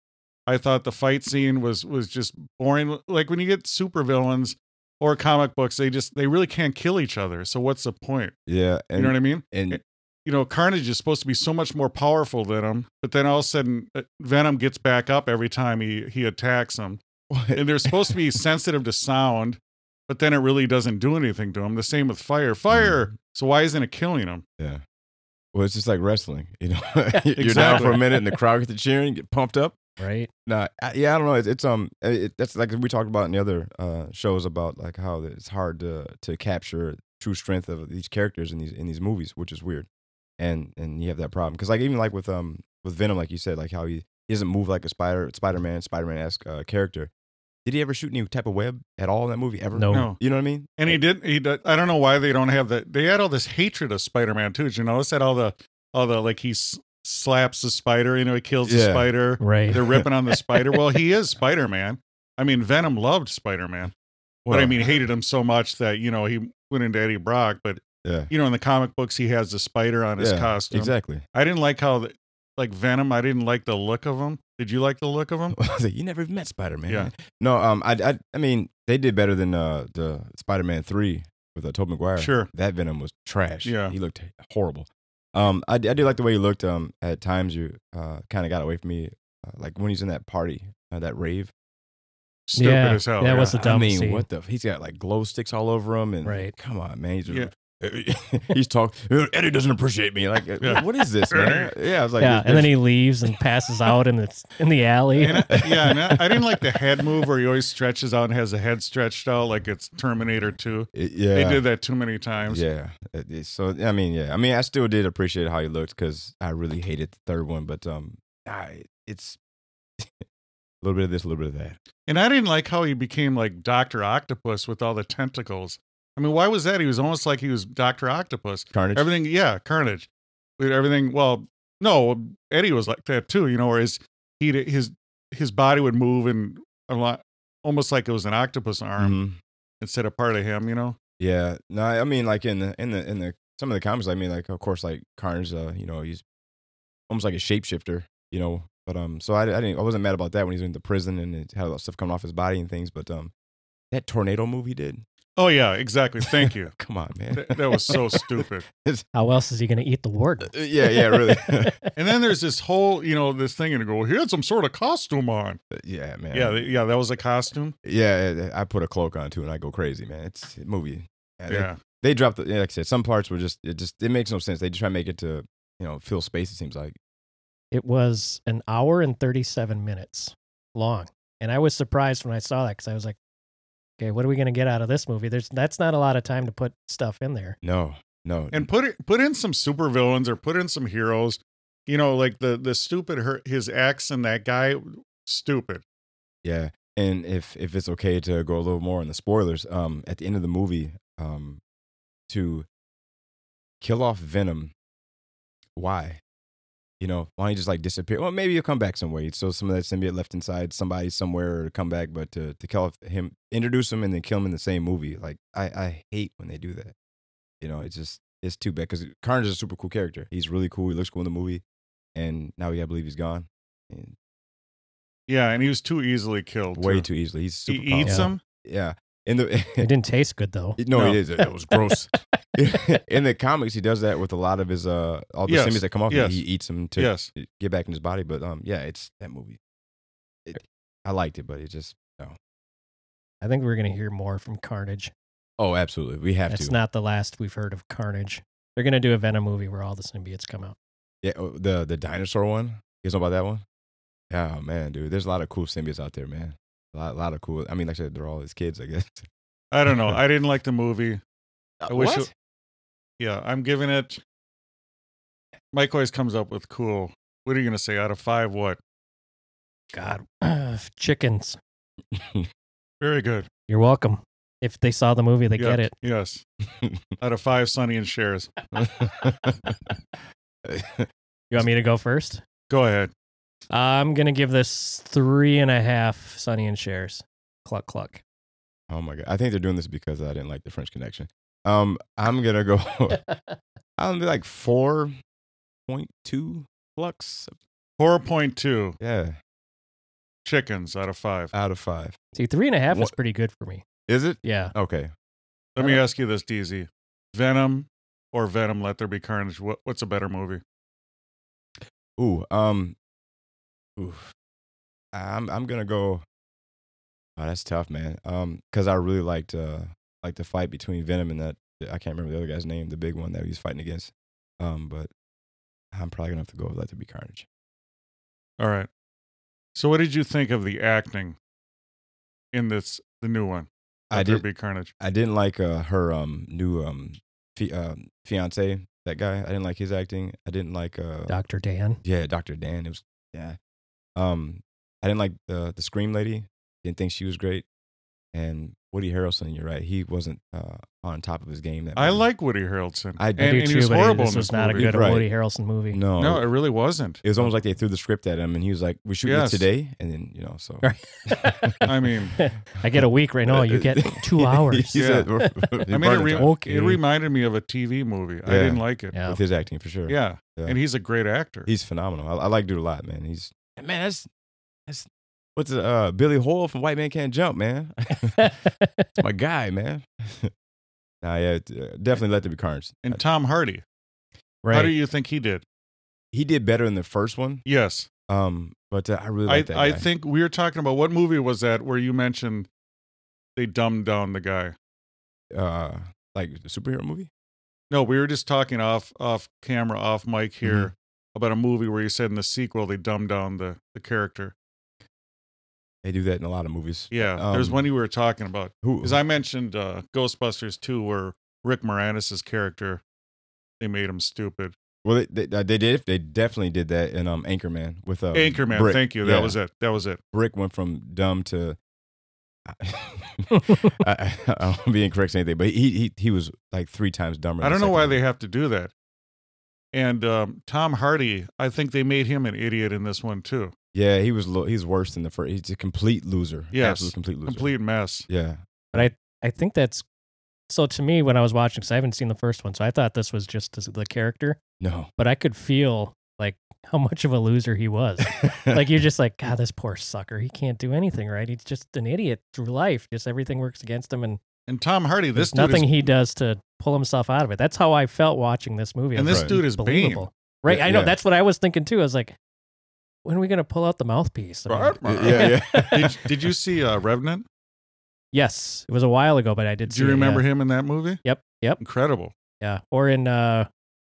[SPEAKER 1] I thought the fight scene was was just boring. Like when you get supervillains or comic books, they just they really can't kill each other. So what's the point?
[SPEAKER 2] Yeah, and
[SPEAKER 1] you know what I mean?
[SPEAKER 2] and
[SPEAKER 1] You know, Carnage is supposed to be so much more powerful than him, but then all of a sudden, uh, Venom gets back up every time he he attacks him and they're supposed to be sensitive to sound, but then it really doesn't do anything to them. The same with fire. Fire. So why isn't it killing them?
[SPEAKER 2] yeah. Well, it's just like wrestling, you know. You're down
[SPEAKER 1] Exactly.
[SPEAKER 2] for a minute, and the crowd gets to cheering, get pumped up.
[SPEAKER 3] Right?
[SPEAKER 2] Nah, I, yeah, I don't know. It's, it's um, it, that's like we talked about in the other uh, shows about like how it's hard to to capture true strength of these characters in these in these movies, which is weird, and and you have that problem because like even like with um with Venom, like you said, like how he, he doesn't move like a spider Spider Man Spider Man esque uh, character. Did he ever shoot any type of web at all in that movie ever?
[SPEAKER 3] No.
[SPEAKER 1] No.
[SPEAKER 2] You know what I mean?
[SPEAKER 1] And he didn't. He. Did, I don't know why they don't have that. They had all this hatred of Spider-Man too. Did you notice that all the all the like he s- slaps the spider. You know, he kills the
[SPEAKER 2] Yeah.
[SPEAKER 1] spider.
[SPEAKER 3] Right.
[SPEAKER 1] They're ripping on the spider. Well, he is Spider-Man. I mean, Venom loved Spider-Man, but I
[SPEAKER 2] Well,
[SPEAKER 1] mean, hated him so much that you know he went into Eddie Brock. But
[SPEAKER 2] yeah,
[SPEAKER 1] you know, in the comic books, he has the spider on his
[SPEAKER 2] Yeah,
[SPEAKER 1] costume.
[SPEAKER 2] exactly.
[SPEAKER 1] I didn't like how, the, like Venom. I didn't like the look of him. Did you like the look of him?
[SPEAKER 2] I was like, you never met Spider Man.
[SPEAKER 1] Yeah.
[SPEAKER 2] No, um, I, I, I mean, they did better than uh, the Spider Man three with uh, Tobey Maguire.
[SPEAKER 1] Sure.
[SPEAKER 2] that Venom was trash.
[SPEAKER 1] Yeah.
[SPEAKER 2] he looked horrible. Um, I, d- I did like the way he looked. Um, at times you uh kind of got away from me, uh, like when he's in that party, uh, that rave.
[SPEAKER 1] Stupid
[SPEAKER 3] Yeah,
[SPEAKER 1] as hell.
[SPEAKER 3] that
[SPEAKER 1] yeah.
[SPEAKER 3] was the
[SPEAKER 2] I
[SPEAKER 3] dumbest
[SPEAKER 2] mean,
[SPEAKER 3] scene.
[SPEAKER 2] what the? He's got like glow sticks all over him, and
[SPEAKER 3] Right.
[SPEAKER 2] Come on, man. He's
[SPEAKER 1] Yeah.
[SPEAKER 2] he's talking. Eddie doesn't appreciate me. Like,
[SPEAKER 1] Yeah.
[SPEAKER 2] what is this, man? Yeah, I was like,
[SPEAKER 3] yeah,
[SPEAKER 2] there's-
[SPEAKER 3] and then he leaves and passes out in the in the alley.
[SPEAKER 1] And I- yeah, and I, I didn't like the head move where he always stretches out and has the head stretched out like it's Terminator 2.
[SPEAKER 2] there's- yeah,
[SPEAKER 1] They did that too many times.
[SPEAKER 2] Yeah. It- it- So I mean, yeah. I mean, I still did appreciate how he looked because I really hated the third one, but um, I, it's a little bit of this, a little bit of that.
[SPEAKER 1] And I didn't like how he became like Dr. Octopus with all the tentacles. I mean, why was that? He was almost like he was Dr. Octopus.
[SPEAKER 2] Carnage.
[SPEAKER 1] Everything, yeah, Carnage. With Everything, well, no, Eddie was like that too, you know, where his, he'd, his, his body would move and a lot, almost like it was an octopus arm
[SPEAKER 2] Mhm.
[SPEAKER 1] instead of part of him, you know?
[SPEAKER 2] Yeah. No, I I mean, like in the in the in the some of the comics, I mean, like of course, like Carnage, uh, you know, he's almost like a shapeshifter, you know. But um, so I, I didn't, I wasn't mad about that when he was in the prison and it had a lot of stuff coming off his body and things. But um, that tornado movie did.
[SPEAKER 1] Oh, yeah, exactly. Thank you.
[SPEAKER 2] Come on, man.
[SPEAKER 1] Th- that was so stupid.
[SPEAKER 3] How else is he going to eat the warden?
[SPEAKER 2] yeah, yeah, really.
[SPEAKER 1] And then there's this whole, you know, this thing and go, he had some sort of costume on.
[SPEAKER 2] yeah, man.
[SPEAKER 1] Yeah, th- yeah, that was a costume.
[SPEAKER 2] Yeah, it- I put a cloak on too, and I go crazy, man. It's a movie. Yeah,
[SPEAKER 1] Yeah,
[SPEAKER 2] they, they dropped. The, yeah, like I said, some parts were just it just it makes no sense. They just try to make it to you know fill space. It seems like
[SPEAKER 3] It was an hour and 37 minutes long. And I was surprised when I saw that because I was like, okay, what are we going to get out of this movie? There's That's not a lot of time to put stuff in there.
[SPEAKER 2] no, no,
[SPEAKER 1] and put it, put in some supervillains or put in some heroes. You know, like the the stupid her, his ex and that guy, stupid.
[SPEAKER 2] Yeah, and if if it's okay to go a little more on the spoilers, um, at the end of the movie, um, to kill off Venom, why? You know, why don't you just like disappear? Well, maybe he'll come back some way. So some of that symbiote left inside somebody somewhere to come back, but to to kill off him, introduce him, and then kill him in the same movie. Like I I hate when they do that. You know, it's just it's too bad because Carnage is a super cool character. He's really cool. He looks cool in the movie, and now we gotta believe he's gone. And
[SPEAKER 1] Yeah, and he was too easily killed.
[SPEAKER 2] way
[SPEAKER 1] too.
[SPEAKER 2] too easily. He's
[SPEAKER 1] He
[SPEAKER 2] super
[SPEAKER 1] eats
[SPEAKER 2] powerful.
[SPEAKER 1] them.
[SPEAKER 2] Yeah. In the
[SPEAKER 3] It didn't taste good though.
[SPEAKER 2] no,
[SPEAKER 1] No.
[SPEAKER 2] it is. It was gross. in the comics, he does that with a lot of his uh all the
[SPEAKER 1] Yes,
[SPEAKER 2] symbiotes that come off. him,
[SPEAKER 1] yes,
[SPEAKER 2] He eats them to e,
[SPEAKER 1] yes.
[SPEAKER 2] get back in his body. But um, yeah, it's that movie. It, I liked it, but it just
[SPEAKER 3] I think we're gonna hear more from Carnage.
[SPEAKER 2] oh, absolutely, we have
[SPEAKER 3] That's
[SPEAKER 2] to.
[SPEAKER 3] not the last we've heard of Carnage. They're gonna do a Venom movie where all the symbiotes come out.
[SPEAKER 2] yeah, oh, the the dinosaur one. You guys know about that one? Yeah, man, dude. There's a lot of cool symbiotes out there, man. A lot, lot of cool. I mean, like I said, they're all his kids, I guess.
[SPEAKER 1] I don't know. I didn't like the movie. I wish
[SPEAKER 2] What?
[SPEAKER 1] it- yeah, I'm giving it. Mike always comes up with cool. What are you gonna say out of five? What?
[SPEAKER 3] God, chickens.
[SPEAKER 1] Very good.
[SPEAKER 3] You're welcome. If they saw the movie, they
[SPEAKER 1] Yeah,
[SPEAKER 3] get it.
[SPEAKER 1] Yes. out of five, Sonny and shares.
[SPEAKER 3] You want me to go first?
[SPEAKER 1] Go ahead.
[SPEAKER 3] I'm gonna give this three and a half Sunny and Shares. Cluck cluck.
[SPEAKER 2] oh my god, I think they're doing this because I didn't like the French Connection. Um, I'm gonna go. I'm like four point two flux.
[SPEAKER 1] Four point two
[SPEAKER 2] Yeah,
[SPEAKER 1] chickens out of five.
[SPEAKER 2] out of five.
[SPEAKER 3] See, three and a half is
[SPEAKER 2] What-
[SPEAKER 3] pretty good for me.
[SPEAKER 2] Is it
[SPEAKER 3] Yeah.
[SPEAKER 2] okay?
[SPEAKER 1] Let me ask you this, DZ: Venom or Venom? Let there be carnage. What, what's a better movie?
[SPEAKER 2] Ooh, um, ooh, I'm I'm gonna go. Oh, that's tough, man. Um, because I really liked uh like the fight between Venom and that I can't remember the other guy's name, the big one that he was fighting against. Um, but I'm probably gonna have to go with Let There Be Carnage.
[SPEAKER 1] All right. So, what did you think of the acting in this the new one?
[SPEAKER 2] I
[SPEAKER 1] Let there
[SPEAKER 2] did-
[SPEAKER 1] be carnage.
[SPEAKER 2] I didn't like uh, her um new um fi- uh, fiance that guy. I didn't like his acting. I didn't like uh
[SPEAKER 3] Dr. Dan.
[SPEAKER 2] Yeah, Dr. Dan. It was yeah. Um, I didn't like the the scream lady. Didn't think she was great. And Woody Harrelson, you're right. He wasn't uh, on top of his game. That
[SPEAKER 1] I
[SPEAKER 2] movie.
[SPEAKER 1] like Woody Harrelson.
[SPEAKER 2] I
[SPEAKER 1] and,
[SPEAKER 2] do
[SPEAKER 1] and he was
[SPEAKER 3] but
[SPEAKER 1] horrible
[SPEAKER 3] this
[SPEAKER 1] in
[SPEAKER 3] was
[SPEAKER 1] this
[SPEAKER 3] not
[SPEAKER 1] movie.
[SPEAKER 3] a good
[SPEAKER 2] Right.
[SPEAKER 3] Woody Harrelson movie.
[SPEAKER 2] no.
[SPEAKER 1] No,
[SPEAKER 2] it,
[SPEAKER 1] it really wasn't.
[SPEAKER 2] was almost like they threw the script at him, and he was like, "We're shooting
[SPEAKER 1] Yes.
[SPEAKER 2] it today," and then you know, so
[SPEAKER 3] Right.
[SPEAKER 1] I mean-
[SPEAKER 3] I get a week right now. You get two hours.
[SPEAKER 2] He said,
[SPEAKER 1] Yeah.
[SPEAKER 2] "We're-
[SPEAKER 1] I
[SPEAKER 2] we're
[SPEAKER 1] mean, it,
[SPEAKER 2] burning
[SPEAKER 1] re-
[SPEAKER 2] time."
[SPEAKER 3] Okay.
[SPEAKER 1] it reminded me of a TV movie. I
[SPEAKER 2] Yeah.
[SPEAKER 1] didn't like it. Yeah.
[SPEAKER 3] Yeah.
[SPEAKER 2] with his acting for sure. Yeah.
[SPEAKER 1] and he's a great actor.
[SPEAKER 2] He's phenomenal. I, I like dude a lot, man. He's man, that's that's what's the, uh Billy Hoyle from White Man Can't Jump, man. That's my guy, man. nah, yeah, it, uh, definitely let there be carnage. Uh,
[SPEAKER 1] and Tom Hardy. How
[SPEAKER 3] right.
[SPEAKER 1] do you think he did?
[SPEAKER 2] he did better in the first one.
[SPEAKER 1] Yes,
[SPEAKER 2] Um, but uh, I really like that.
[SPEAKER 1] I I
[SPEAKER 2] guy.
[SPEAKER 1] think we were talking about what movie was that where you mentioned they dumbed down the guy.
[SPEAKER 2] uh, like the superhero movie.
[SPEAKER 1] No, we were just talking off off camera, off mic here
[SPEAKER 2] Mm-hmm.
[SPEAKER 1] about a movie where you said in the sequel they dumbed down the the character.
[SPEAKER 2] They do that in a lot of movies.
[SPEAKER 1] Yeah, there's
[SPEAKER 2] Um,
[SPEAKER 1] one you were talking about
[SPEAKER 2] Who?
[SPEAKER 1] because I mentioned uh, Ghostbusters 2 where Rick Moranis' character they made him stupid.
[SPEAKER 2] well, they, uh, they, they did. They definitely did that in um Anchorman with um,
[SPEAKER 1] Anchorman,
[SPEAKER 2] Brick.
[SPEAKER 1] thank you. That
[SPEAKER 2] Yeah.
[SPEAKER 1] was it. That was it.
[SPEAKER 2] Brick went from dumb to. I, I, I don't want to be incorrect saying anything, but he he he was like three times dumber.
[SPEAKER 1] I don't know why they have to do that. And um, Tom Hardy, I think they made him an idiot in this one too.
[SPEAKER 2] Yeah, he was lo- he's worse than the first. He's a complete loser.
[SPEAKER 1] Yes.
[SPEAKER 2] absolute complete loser.
[SPEAKER 1] Complete mess.
[SPEAKER 2] Yeah,
[SPEAKER 3] I think that's so to me when I was watching because I haven't seen the first one, so I thought this was just as the character,
[SPEAKER 2] no.
[SPEAKER 3] but I could feel like how much of a loser he was. like you're just like, God, this poor sucker. He can't do anything right. He's just an idiot through life. Just everything works against him, and
[SPEAKER 1] And Tom Hardy, this
[SPEAKER 3] there's
[SPEAKER 1] dude
[SPEAKER 3] nothing
[SPEAKER 1] is,
[SPEAKER 3] he does to pull himself out of it. That's how I felt watching this movie. I
[SPEAKER 1] and
[SPEAKER 3] was
[SPEAKER 1] this
[SPEAKER 2] Right.
[SPEAKER 1] dude is
[SPEAKER 3] like,
[SPEAKER 1] Bane.
[SPEAKER 3] believable, right?
[SPEAKER 2] Yeah,
[SPEAKER 3] I know
[SPEAKER 2] yeah.
[SPEAKER 3] that's what I was thinking too. I was like, when are we gonna pull out the mouthpiece? I mean,
[SPEAKER 2] yeah, yeah.
[SPEAKER 1] did, did you see uh, Revenant?
[SPEAKER 3] yes, it was a while ago, but I did.
[SPEAKER 1] Did
[SPEAKER 3] see
[SPEAKER 1] you
[SPEAKER 3] it, yeah.
[SPEAKER 1] remember him in that movie?
[SPEAKER 3] Yep, yep,
[SPEAKER 1] Incredible.
[SPEAKER 3] yeah. Or in uh,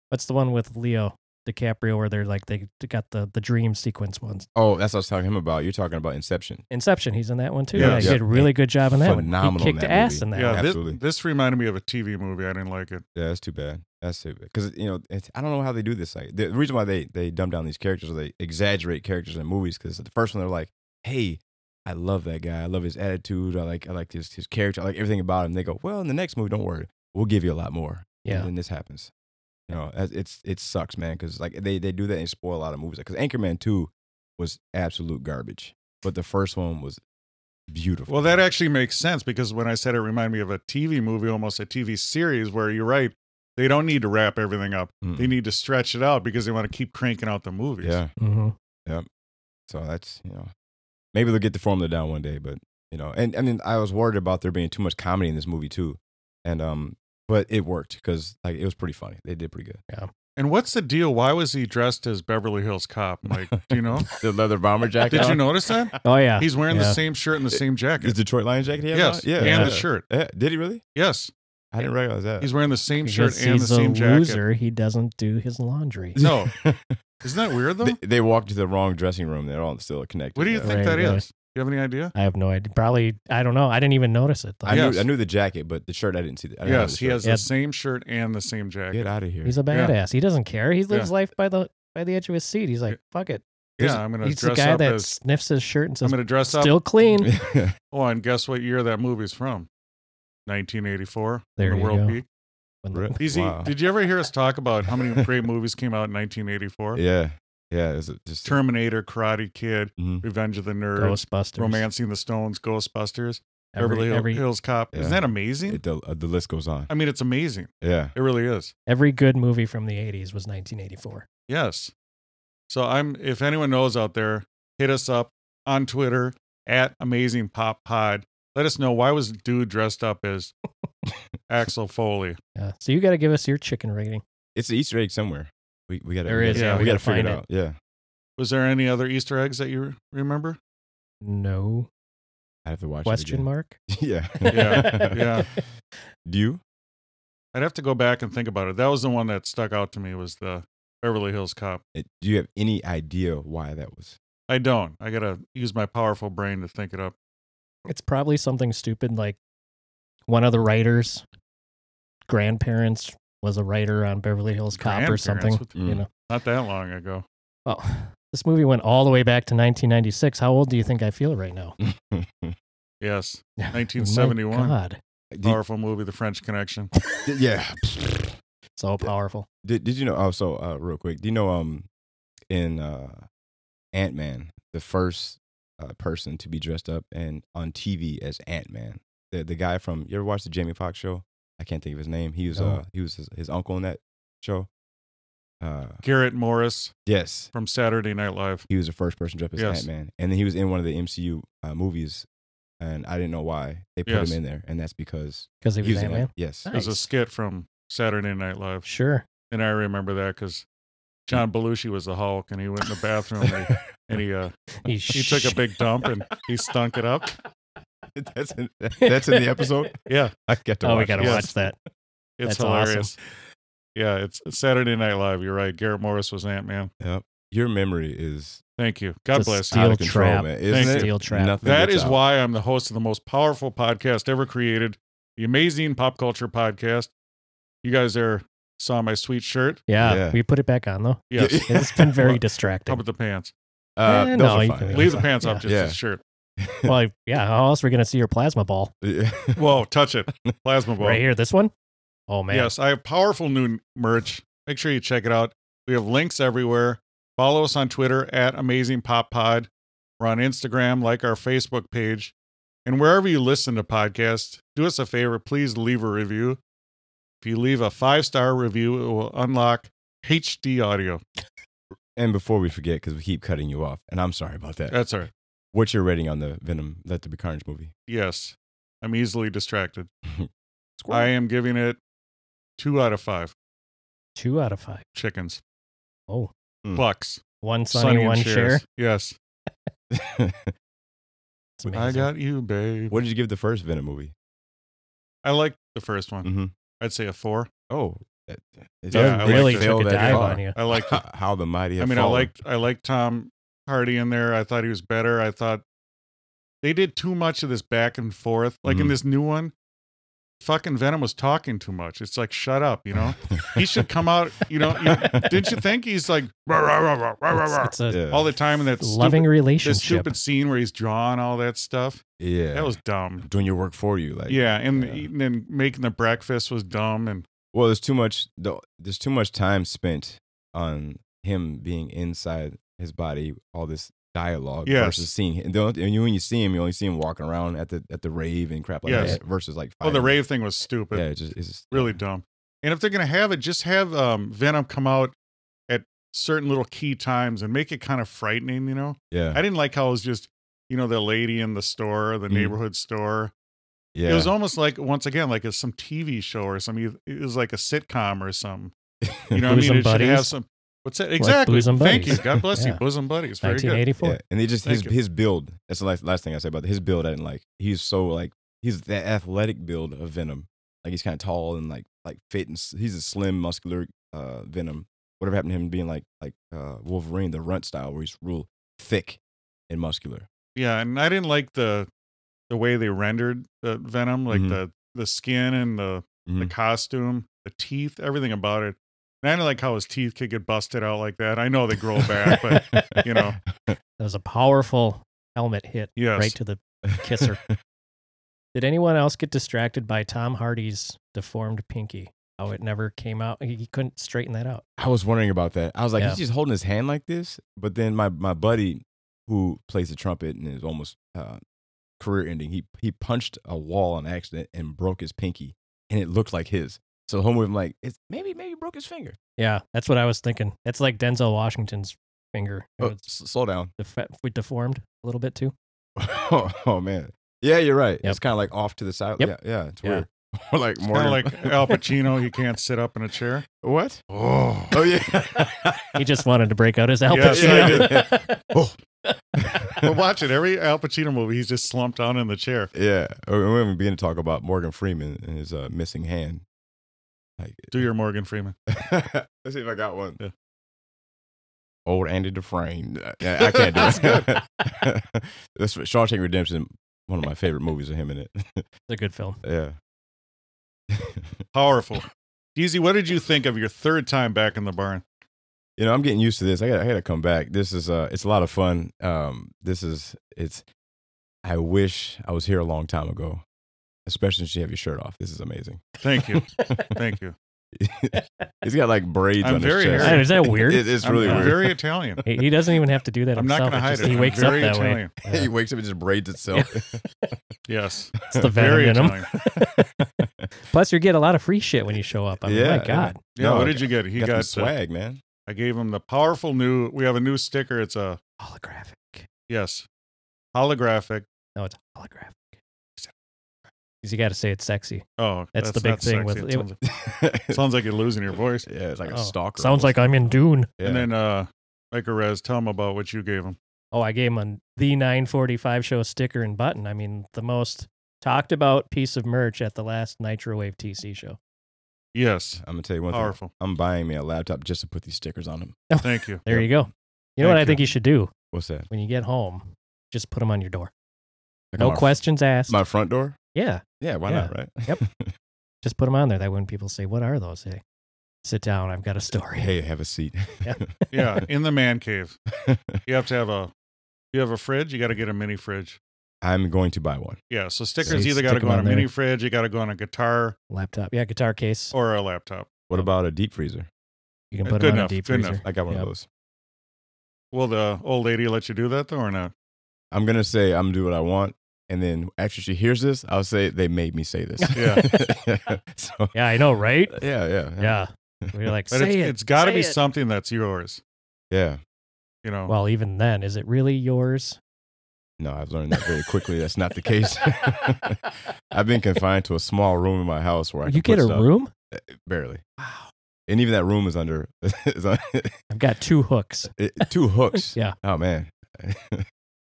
[SPEAKER 3] what's the one with Leo DiCaprio where they're like they got the the dream sequence ones.
[SPEAKER 2] Oh, that's what I was talking him about. You're talking about Inception.
[SPEAKER 3] Inception, he's in that one too.
[SPEAKER 1] Yeah.
[SPEAKER 3] Yeah, he
[SPEAKER 2] Yeah.
[SPEAKER 3] did a really good job in that one.
[SPEAKER 2] Phenomenal
[SPEAKER 3] He
[SPEAKER 2] in
[SPEAKER 3] kicked
[SPEAKER 2] that
[SPEAKER 3] ass
[SPEAKER 2] movie.
[SPEAKER 3] in that.
[SPEAKER 1] yeah,
[SPEAKER 3] one.
[SPEAKER 1] thi-
[SPEAKER 2] absolutely.
[SPEAKER 1] This, reminded me of a TV movie. I didn't like it.
[SPEAKER 2] Yeah, that's too bad. That's too bad. Because you know, it's, I don't know how they do this. Like the reason why they they dumb down these characters or they exaggerate characters in movies because the first one they're like, hey. I love that guy. I love his attitude. I like I like his his character. I like everything about him. They go, well, in the next movie, don't worry, we'll give you a lot more.
[SPEAKER 3] Yeah.
[SPEAKER 2] And then this happens. You know, as- it's it sucks, man, because like they they do that and spoil a lot of movies. Because Anchorman Two was absolute garbage, but the first one was beautiful.
[SPEAKER 1] Well, that actually makes sense because when I said it reminded me of a TV movie, almost a TV series, where you're right, they don't need to wrap everything up.
[SPEAKER 2] Mm.
[SPEAKER 1] They need to stretch it out because they want to keep cranking out the movies.
[SPEAKER 2] yeah.
[SPEAKER 3] Mm-hmm.
[SPEAKER 2] So that's you know, maybe they'll get the formula down one day. But you know, and I mean, I was worried about there being too much comedy in this movie too, and um, but it worked because like it was pretty funny. They did pretty good.
[SPEAKER 1] And what's the deal? Why was he dressed as Beverly Hills Cop? Mike, do you know?
[SPEAKER 2] The leather bomber jacket.
[SPEAKER 1] Did you
[SPEAKER 2] on?
[SPEAKER 1] notice that?
[SPEAKER 3] Oh yeah.
[SPEAKER 1] He's wearing the
[SPEAKER 3] Yeah.
[SPEAKER 1] same shirt and the same
[SPEAKER 2] His
[SPEAKER 1] jacket.
[SPEAKER 2] Detroit Lion jacket. He had
[SPEAKER 1] Yes.
[SPEAKER 2] on?
[SPEAKER 1] Yeah, and
[SPEAKER 2] yeah.
[SPEAKER 1] the shirt.
[SPEAKER 2] Yeah. Did he really?
[SPEAKER 1] Yes.
[SPEAKER 2] I didn't realize that.
[SPEAKER 1] He's wearing the same
[SPEAKER 3] Because
[SPEAKER 1] shirt and the
[SPEAKER 3] he's a
[SPEAKER 1] same jacket.
[SPEAKER 3] loser. He doesn't do his laundry.
[SPEAKER 1] No. Isn't that weird though?
[SPEAKER 2] they, they walked to the wrong dressing room. They're all still connected.
[SPEAKER 1] What do you
[SPEAKER 2] Yeah.
[SPEAKER 1] think
[SPEAKER 3] Right,
[SPEAKER 1] that is?
[SPEAKER 3] yeah.
[SPEAKER 1] You have any idea?
[SPEAKER 3] I have no idea. Probably. I don't know. I didn't even notice it.
[SPEAKER 2] I
[SPEAKER 3] Though.
[SPEAKER 1] Yes.
[SPEAKER 2] knew I knew the jacket, but the shirt I didn't see. The, I didn't know
[SPEAKER 1] Yes,
[SPEAKER 2] the
[SPEAKER 1] he
[SPEAKER 2] shirt.
[SPEAKER 1] has
[SPEAKER 3] Yeah.
[SPEAKER 1] the same shirt and the same jacket.
[SPEAKER 2] Get out of here.
[SPEAKER 3] He's a
[SPEAKER 1] Yeah.
[SPEAKER 3] badass. He doesn't care. He lives life by the by the edge of his seat. He's like, fuck it.
[SPEAKER 1] Yeah, I'm gonna
[SPEAKER 3] He's the
[SPEAKER 1] dress
[SPEAKER 3] guy
[SPEAKER 1] up
[SPEAKER 3] that
[SPEAKER 1] as
[SPEAKER 3] sniffs his shirt and
[SPEAKER 1] I'm
[SPEAKER 3] says,
[SPEAKER 1] gonna dress up
[SPEAKER 3] "Still clean."
[SPEAKER 1] Oh, and guess what year that movie's from? 1984.
[SPEAKER 3] There
[SPEAKER 1] the
[SPEAKER 3] you
[SPEAKER 1] World
[SPEAKER 3] go.
[SPEAKER 1] Peak.
[SPEAKER 3] When the-
[SPEAKER 2] Re-
[SPEAKER 1] Easy.
[SPEAKER 2] Wow.
[SPEAKER 1] Did you ever hear us talk about how many great movies came out in 1984?
[SPEAKER 2] yeah, yeah. It's a, just
[SPEAKER 1] Terminator, Karate Kid,
[SPEAKER 2] Mhm.
[SPEAKER 1] Revenge of the Nerds,
[SPEAKER 3] Mm-hmm. Ghostbusters.
[SPEAKER 1] Romancing the Stones, Ghostbusters, Beverly
[SPEAKER 3] Every,
[SPEAKER 1] Hill-
[SPEAKER 3] every
[SPEAKER 1] Hills Cop.
[SPEAKER 2] Yeah.
[SPEAKER 1] Isn't that amazing?
[SPEAKER 2] It, the, uh, the list goes on.
[SPEAKER 1] I mean, it's amazing.
[SPEAKER 2] Yeah.
[SPEAKER 1] It really is.
[SPEAKER 3] every good movie from the '80s was 1984.
[SPEAKER 1] Yes. So I'm. If anyone knows out there, hit us up on Twitter at Amazing Pop Pod. Let us know why was the dude dressed up as Axel Foley.
[SPEAKER 3] Yeah. Uh, So you got to give us your chicken rating.
[SPEAKER 2] It's an Easter egg somewhere. We we got
[SPEAKER 3] There is,
[SPEAKER 1] yeah,
[SPEAKER 2] we
[SPEAKER 1] we
[SPEAKER 2] got to
[SPEAKER 3] gotta
[SPEAKER 2] figure it
[SPEAKER 3] find it.
[SPEAKER 2] out. Yeah.
[SPEAKER 1] Was there any other Easter eggs that you remember?
[SPEAKER 3] No
[SPEAKER 2] I have to watch.
[SPEAKER 3] question
[SPEAKER 2] it
[SPEAKER 3] mark.
[SPEAKER 2] again. yeah.
[SPEAKER 1] Yeah, yeah.
[SPEAKER 2] Do you?
[SPEAKER 1] I'd have to go back and think about it. That was the one that stuck out to me was the Beverly Hills Cop.
[SPEAKER 2] it- eh, Do you have any idea why that was?
[SPEAKER 1] I don't. I gotta use my powerful brain to think it up.
[SPEAKER 3] It's probably something stupid like one of the writers' grandparents was a writer on Beverly Hills Cop or
[SPEAKER 1] Grandparents
[SPEAKER 3] something.
[SPEAKER 1] with-
[SPEAKER 2] Mm.
[SPEAKER 3] You know.
[SPEAKER 1] Not that long ago.
[SPEAKER 3] Well, this movie went all the way back to 1996. How old do you think I feel right now? Oh
[SPEAKER 1] Yes,
[SPEAKER 3] My
[SPEAKER 1] 1971.
[SPEAKER 3] God,
[SPEAKER 2] Do you-
[SPEAKER 1] powerful movie, The French Connection.
[SPEAKER 2] yeah.
[SPEAKER 3] so powerful.
[SPEAKER 2] Did Did you know? Oh, so uh, real quick. Do you know? Um, in uh, Ant Man, the first uh, person to be dressed up and on TV as Ant Man, the the guy from you ever watch the Jamie Foxx show? I can't think of his name. He was
[SPEAKER 3] No.
[SPEAKER 2] uh he was his, his uncle in that show. Uh,
[SPEAKER 1] Garrett Morris
[SPEAKER 2] yes,
[SPEAKER 1] from Saturday Night Live.
[SPEAKER 2] he was the first person to dress up
[SPEAKER 1] Yes.
[SPEAKER 2] as Ant Man, and then he was in one of the MCU uh, movies, and I didn't know why they put
[SPEAKER 1] Yes.
[SPEAKER 2] him in there, and that's because
[SPEAKER 3] Because he was
[SPEAKER 2] in
[SPEAKER 3] Ant
[SPEAKER 2] that-
[SPEAKER 3] Man.
[SPEAKER 2] Yes,
[SPEAKER 1] It was a
[SPEAKER 3] Nice.
[SPEAKER 1] skit from Saturday Night Live,
[SPEAKER 3] Sure.
[SPEAKER 1] and I remember that because
[SPEAKER 3] Mm.
[SPEAKER 1] John Belushi was the Hulk, and he went in the bathroom and he, and he, uh,
[SPEAKER 3] He,
[SPEAKER 1] he took a big dump and he stunk it up.
[SPEAKER 2] that's in, that's in the episode.
[SPEAKER 1] Yeah,
[SPEAKER 2] I got to.
[SPEAKER 3] Oh, we
[SPEAKER 2] watch
[SPEAKER 3] gotta
[SPEAKER 2] it.
[SPEAKER 1] Yes.
[SPEAKER 3] watch that.
[SPEAKER 1] it's
[SPEAKER 3] That's
[SPEAKER 1] hilarious.
[SPEAKER 3] awesome.
[SPEAKER 1] Yeah, it's it's Saturday Night Live. You're right. Garrett Morris was Ant Man.
[SPEAKER 2] Yep. Your memory is
[SPEAKER 1] Thank you. God
[SPEAKER 3] Just
[SPEAKER 1] bless you.
[SPEAKER 3] Steel
[SPEAKER 2] out of control,
[SPEAKER 3] trap.
[SPEAKER 2] man. Isn't
[SPEAKER 1] Thank
[SPEAKER 2] it?
[SPEAKER 1] you.
[SPEAKER 3] Steel trap.
[SPEAKER 2] Nothing
[SPEAKER 1] That
[SPEAKER 2] gets
[SPEAKER 1] is
[SPEAKER 2] out.
[SPEAKER 1] why I'm the host of the most powerful podcast ever created, the Amazing Pop Culture Podcast. You guys there saw my sweet shirt.
[SPEAKER 3] Yeah,
[SPEAKER 2] Yeah.
[SPEAKER 3] we put it back on though.
[SPEAKER 1] Yes.
[SPEAKER 3] It's been very
[SPEAKER 1] How
[SPEAKER 3] distracting.
[SPEAKER 1] about the pants?
[SPEAKER 2] Uh,
[SPEAKER 3] Eh,
[SPEAKER 2] those
[SPEAKER 3] no,
[SPEAKER 2] are
[SPEAKER 3] you
[SPEAKER 2] fine.
[SPEAKER 3] can-
[SPEAKER 1] Leave the pants
[SPEAKER 3] Yeah.
[SPEAKER 1] off, just
[SPEAKER 2] Yeah.
[SPEAKER 1] the shirt.
[SPEAKER 3] well, yeah. How else are we gonna see your plasma ball?
[SPEAKER 1] Whoa, touch it. Plasma ball.
[SPEAKER 3] Right here, this one. Oh man.
[SPEAKER 1] Yes, I have powerful new merch. Make sure you check it out. We have links everywhere. Follow us on Twitter at Amazing Pop Pod. We're on Instagram, like our Facebook page. And wherever you listen to podcasts, do us a favor, please leave a review. If you leave a five star review, it will unlock HD audio.
[SPEAKER 2] and before we forget, because we keep cutting you off, and I'm sorry about that.
[SPEAKER 1] That's all right.
[SPEAKER 2] What's your rating on the Venom Let There Be Carnage movie?
[SPEAKER 1] Yes, I'm easily distracted. I am giving it two out of five
[SPEAKER 3] Two out of five.
[SPEAKER 1] chickens,
[SPEAKER 3] Oh.
[SPEAKER 2] Hmm.
[SPEAKER 1] bucks,
[SPEAKER 3] One
[SPEAKER 1] Sonny
[SPEAKER 3] sunny,
[SPEAKER 1] and
[SPEAKER 3] one
[SPEAKER 1] Cher's.
[SPEAKER 3] share.
[SPEAKER 1] Yes,
[SPEAKER 3] It's amazing.
[SPEAKER 1] I got you, babe.
[SPEAKER 2] what did you give the first Venom movie?
[SPEAKER 1] I liked the first one.
[SPEAKER 3] Mm-hmm.
[SPEAKER 2] Mhm.
[SPEAKER 1] I'd say a four.
[SPEAKER 2] Oh, that, it
[SPEAKER 1] Yeah, I
[SPEAKER 3] Doesn't
[SPEAKER 1] like
[SPEAKER 3] really
[SPEAKER 1] that.
[SPEAKER 3] took a
[SPEAKER 2] Failed that
[SPEAKER 3] dive
[SPEAKER 2] far.
[SPEAKER 3] on you.
[SPEAKER 1] I liked. it.
[SPEAKER 2] How the mighty
[SPEAKER 1] I
[SPEAKER 2] have
[SPEAKER 1] mean, I
[SPEAKER 2] fallen.
[SPEAKER 1] liked. I liked Tom Hardy in there. I thought he was better.
[SPEAKER 3] Mm-hmm.
[SPEAKER 1] I thought they did too much of this back and forth. Like in
[SPEAKER 2] Mhm.
[SPEAKER 1] this new one, fucking Venom was talking too much. It's like, shut up, you know? he should come out, you know? You, didn't you think he's like, "Rah, rah, rah, rah, rah, rah, rah,"
[SPEAKER 3] It's, it's a
[SPEAKER 2] Yeah.
[SPEAKER 1] all the time in that
[SPEAKER 3] loving
[SPEAKER 1] stupid, that
[SPEAKER 3] relationship.
[SPEAKER 1] stupid scene where he's drawing all that stuff?
[SPEAKER 2] yeah.
[SPEAKER 1] That was dumb.
[SPEAKER 2] doing your work for you. Like
[SPEAKER 1] Yeah, and
[SPEAKER 2] Yeah.
[SPEAKER 1] eating and making the breakfast was dumb. And
[SPEAKER 2] Well, there's too much. the- There's too much time spent on him being inside his body. All this dialogue
[SPEAKER 1] Yes.
[SPEAKER 2] versus seeing him. And the only- and you- when you see him, you only see him walking around at the at the rave and crap like
[SPEAKER 1] Yes.
[SPEAKER 2] that. Versus like
[SPEAKER 1] well, oh, the
[SPEAKER 2] fighting.
[SPEAKER 1] rave thing was stupid.
[SPEAKER 2] Yeah, it's just, it's just
[SPEAKER 1] really dumb. And if they're going to have it, just have um, Venom come out at certain little key times and make it kind of frightening, you know?
[SPEAKER 2] yeah.
[SPEAKER 1] I didn't like how it was just, you know, the lady in the store, the
[SPEAKER 2] Mm.
[SPEAKER 1] neighborhood store.
[SPEAKER 2] yeah.
[SPEAKER 1] It was almost like, once again, like it's some TV show or something. It was like a sitcom or something. You know what I mean?
[SPEAKER 3] Bosom
[SPEAKER 1] It should have
[SPEAKER 3] Buddies.
[SPEAKER 1] some. What's that? Exactly.
[SPEAKER 3] Bosom
[SPEAKER 1] Thank
[SPEAKER 3] Buddies.
[SPEAKER 1] you. God bless
[SPEAKER 3] Yeah.
[SPEAKER 1] you. Bosom Buddies. Very good.
[SPEAKER 3] 1984.
[SPEAKER 2] Yeah, and they just
[SPEAKER 1] Thank
[SPEAKER 2] his
[SPEAKER 1] you.
[SPEAKER 2] his build. That's the last, last thing I say about his build. I didn't like. He's so like he's the athletic build of Venom. Like he's kind of tall and like like fit and s- he's a slim, muscular uh, Venom. Whatever happened to him being like like uh, Wolverine, the runt style, where he's real thick and muscular.
[SPEAKER 1] Yeah, and I didn't like the the way they rendered the Venom,
[SPEAKER 3] Mm-hmm.
[SPEAKER 1] like
[SPEAKER 2] Mhm.
[SPEAKER 1] the the skin and the the
[SPEAKER 2] Mhm.
[SPEAKER 1] costume, the teeth, everything about it. And I didn't like how his teeth could get busted out like that. I know they grow back, but you know,
[SPEAKER 3] That was a powerful helmet hit
[SPEAKER 1] yes,
[SPEAKER 3] right to the. kisser. Did anyone else get distracted by Tom Hardy's deformed pinky? Oh, it never came out. He he couldn't straighten that out.
[SPEAKER 2] I was wondering about that. I was like,
[SPEAKER 3] Yeah.
[SPEAKER 2] he's just holding his hand like this. But then my my buddy, who plays the trumpet and is almost uh, career ending, he he punched a wall on accident and broke his pinky, and it looked like his. So the whole movie, I'm like, it's maybe maybe he broke his finger.
[SPEAKER 3] Yeah, that's what I was thinking. That's like Denzel Washington's finger. It
[SPEAKER 2] Oh,
[SPEAKER 3] was
[SPEAKER 2] s- slow down.
[SPEAKER 3] def- we deformed a little bit too.
[SPEAKER 2] oh, man. Yeah, you're right.
[SPEAKER 3] Yep.
[SPEAKER 2] It's kind of like off to the side.
[SPEAKER 3] Yep.
[SPEAKER 2] Yeah, yeah, it's
[SPEAKER 3] Yeah.
[SPEAKER 2] weird. Or like more
[SPEAKER 1] kind of like Al Pacino, he can't sit up in a chair.
[SPEAKER 2] what?
[SPEAKER 1] Oh,
[SPEAKER 2] Oh yeah.
[SPEAKER 3] He just wanted to break out his Al
[SPEAKER 1] Yes,
[SPEAKER 3] Pacino.
[SPEAKER 1] but watch it. Every Al Pacino movie, he's just slumped down in the chair.
[SPEAKER 2] yeah. Oh, We're going to begin to talk about Morgan Freeman and his uh, missing hand. Like,
[SPEAKER 1] Do your Morgan Freeman.
[SPEAKER 2] Let's see if I got one.
[SPEAKER 1] Yeah.
[SPEAKER 2] Old Andy Dufresne. Uh, Yeah, I can't do it. That's what Shawshank Redemption. One of my favorite movies of him in it.
[SPEAKER 3] it's a good film.
[SPEAKER 2] yeah.
[SPEAKER 1] Powerful. Deezy, what did you think of your third time back in the barn?
[SPEAKER 2] you know, I'm getting used to this. I got I got to come back. This is uh, it's a lot of fun. Um, this is it's. I wish I was here a long time ago, especially since you have your shirt off. This is amazing.
[SPEAKER 1] Thank you. Thank you.
[SPEAKER 2] He's got like braids
[SPEAKER 1] I'm
[SPEAKER 2] on
[SPEAKER 1] very
[SPEAKER 2] his chest.
[SPEAKER 1] hairy.
[SPEAKER 3] Is that weird?
[SPEAKER 2] It- it's
[SPEAKER 1] I'm
[SPEAKER 2] really
[SPEAKER 1] I'm
[SPEAKER 2] weird.
[SPEAKER 1] very Italian.
[SPEAKER 3] He, he doesn't even have to do that
[SPEAKER 1] I'm not
[SPEAKER 3] himself.
[SPEAKER 1] going to
[SPEAKER 3] It's
[SPEAKER 1] hide
[SPEAKER 3] just-
[SPEAKER 1] it.
[SPEAKER 3] He
[SPEAKER 1] I'm
[SPEAKER 3] wakes up
[SPEAKER 1] very
[SPEAKER 3] that way.
[SPEAKER 1] Italian.
[SPEAKER 2] he wakes up and just braids itself.
[SPEAKER 1] Yes.
[SPEAKER 3] It's the
[SPEAKER 1] Very
[SPEAKER 3] venom in him.
[SPEAKER 1] Italian.
[SPEAKER 3] Plus, you get a lot of free shit when you show up. I mean,
[SPEAKER 2] Yeah,
[SPEAKER 3] my God.
[SPEAKER 1] Yeah.
[SPEAKER 2] No,
[SPEAKER 1] what
[SPEAKER 2] I
[SPEAKER 1] did you get? He
[SPEAKER 2] got,
[SPEAKER 1] got, uh,
[SPEAKER 2] some
[SPEAKER 1] the-
[SPEAKER 2] swag, man.
[SPEAKER 1] I gave him the powerful new. We have a new sticker. It's a
[SPEAKER 3] Holographic.
[SPEAKER 1] yes, holographic.
[SPEAKER 3] No, it's holographic. Because you got to say it's sexy.
[SPEAKER 1] Oh,
[SPEAKER 3] That's the big
[SPEAKER 1] not
[SPEAKER 3] thing with-
[SPEAKER 1] It
[SPEAKER 3] it-
[SPEAKER 1] sounds, like, sounds like you're losing your voice.
[SPEAKER 2] Yeah, it's like a
[SPEAKER 3] Oh,
[SPEAKER 2] stalker.
[SPEAKER 3] Sounds like I'm in Dune.
[SPEAKER 2] yeah.
[SPEAKER 1] And then, uh, Micah Rez, tell him about what you gave him.
[SPEAKER 3] Oh, I gave him a the 945 show sticker and button. I mean, the most talked about piece of merch at the last Nitro Wave TC show.
[SPEAKER 1] Yes,
[SPEAKER 2] I'm gonna tell you one thing.
[SPEAKER 1] powerful.
[SPEAKER 2] I'm buying me a laptop just to put these stickers on them.
[SPEAKER 1] Thank you.
[SPEAKER 3] There you go. You know what
[SPEAKER 1] Thank
[SPEAKER 3] I think
[SPEAKER 1] you.
[SPEAKER 3] you should do
[SPEAKER 2] What's that?
[SPEAKER 3] when you get home? Just put them on your door.
[SPEAKER 2] Like on
[SPEAKER 3] No
[SPEAKER 2] my-
[SPEAKER 3] questions asked.
[SPEAKER 2] My front door.
[SPEAKER 3] yeah,
[SPEAKER 2] Yeah, why
[SPEAKER 3] Yeah.
[SPEAKER 2] not? Right.
[SPEAKER 3] Yep. just put them on there. That when people say, "What are those?" Hey, sit down. I've got a story.
[SPEAKER 2] hey, have a seat.
[SPEAKER 3] Yeah.
[SPEAKER 1] Yeah, in the man cave, you have to have a. You have a fridge. You got to get a mini fridge.
[SPEAKER 2] I'm going to buy one.
[SPEAKER 1] Yeah, so
[SPEAKER 3] So
[SPEAKER 1] stickers
[SPEAKER 3] you
[SPEAKER 1] either got to
[SPEAKER 3] stick 'em
[SPEAKER 1] go on a
[SPEAKER 3] on there.
[SPEAKER 1] mini fridge. You got to go on a guitar
[SPEAKER 3] Laptop. Yeah, guitar case.
[SPEAKER 1] or a laptop.
[SPEAKER 2] What about a deep freezer?
[SPEAKER 3] You can
[SPEAKER 1] Uh,
[SPEAKER 3] put
[SPEAKER 1] good
[SPEAKER 3] them on
[SPEAKER 1] enough,
[SPEAKER 3] a deep
[SPEAKER 1] good enough.
[SPEAKER 3] freezer.
[SPEAKER 2] I got one
[SPEAKER 3] Yep.
[SPEAKER 2] of those.
[SPEAKER 1] Will the old lady let you do that though, or not?
[SPEAKER 2] I'm gonna say I'm gonna do what I want, and then after she hears this, I'll say they made me say this.
[SPEAKER 1] Yeah.
[SPEAKER 2] so,
[SPEAKER 3] Yeah, I know, right?
[SPEAKER 2] yeah, yeah, yeah,
[SPEAKER 3] Yeah. We're like,
[SPEAKER 1] But
[SPEAKER 3] say
[SPEAKER 1] it's,
[SPEAKER 3] it.
[SPEAKER 1] has got to
[SPEAKER 3] say
[SPEAKER 1] be
[SPEAKER 3] it."
[SPEAKER 1] something that's yours.
[SPEAKER 2] Yeah.
[SPEAKER 1] You know.
[SPEAKER 3] Well, even then, is it really yours?
[SPEAKER 2] No, I've learned that very quickly. That's not the case. I've been confined to a small room in my house where I
[SPEAKER 3] you
[SPEAKER 2] can
[SPEAKER 3] get
[SPEAKER 2] put
[SPEAKER 3] a
[SPEAKER 2] stuff-
[SPEAKER 3] room?
[SPEAKER 2] barely,
[SPEAKER 3] Wow.
[SPEAKER 2] and even that room is under is on-
[SPEAKER 3] I've got two hooks,
[SPEAKER 2] it- two hooks.
[SPEAKER 3] Yeah.
[SPEAKER 2] Oh man,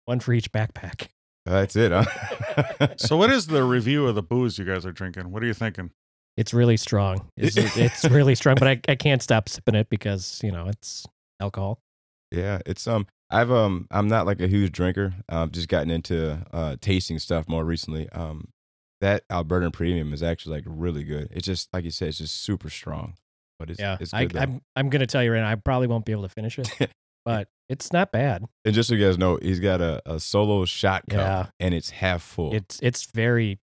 [SPEAKER 3] one for each backpack.
[SPEAKER 2] that's it. Huh?
[SPEAKER 1] so what is the review of the booze you guys are drinking? What are you thinking?
[SPEAKER 3] It's really strong. It's, it's really strong, but I, I can't stop sipping it because, you know, it's alcohol.
[SPEAKER 2] Yeah, it's um I've um I'm not like a huge drinker. I've just gotten into uh tasting stuff more recently. Um that Albertan premium is actually like really good. It's just like you said, it's just super strong. But it's
[SPEAKER 3] yeah,
[SPEAKER 2] it's
[SPEAKER 3] I,
[SPEAKER 2] good though.
[SPEAKER 3] I'm I'm gonna tell you right now, I probably won't be able to finish it, but it's not bad.
[SPEAKER 2] and just so you guys know, he's got a, a solo shot cup
[SPEAKER 3] Yeah.
[SPEAKER 2] and it's half full.
[SPEAKER 3] It's it's very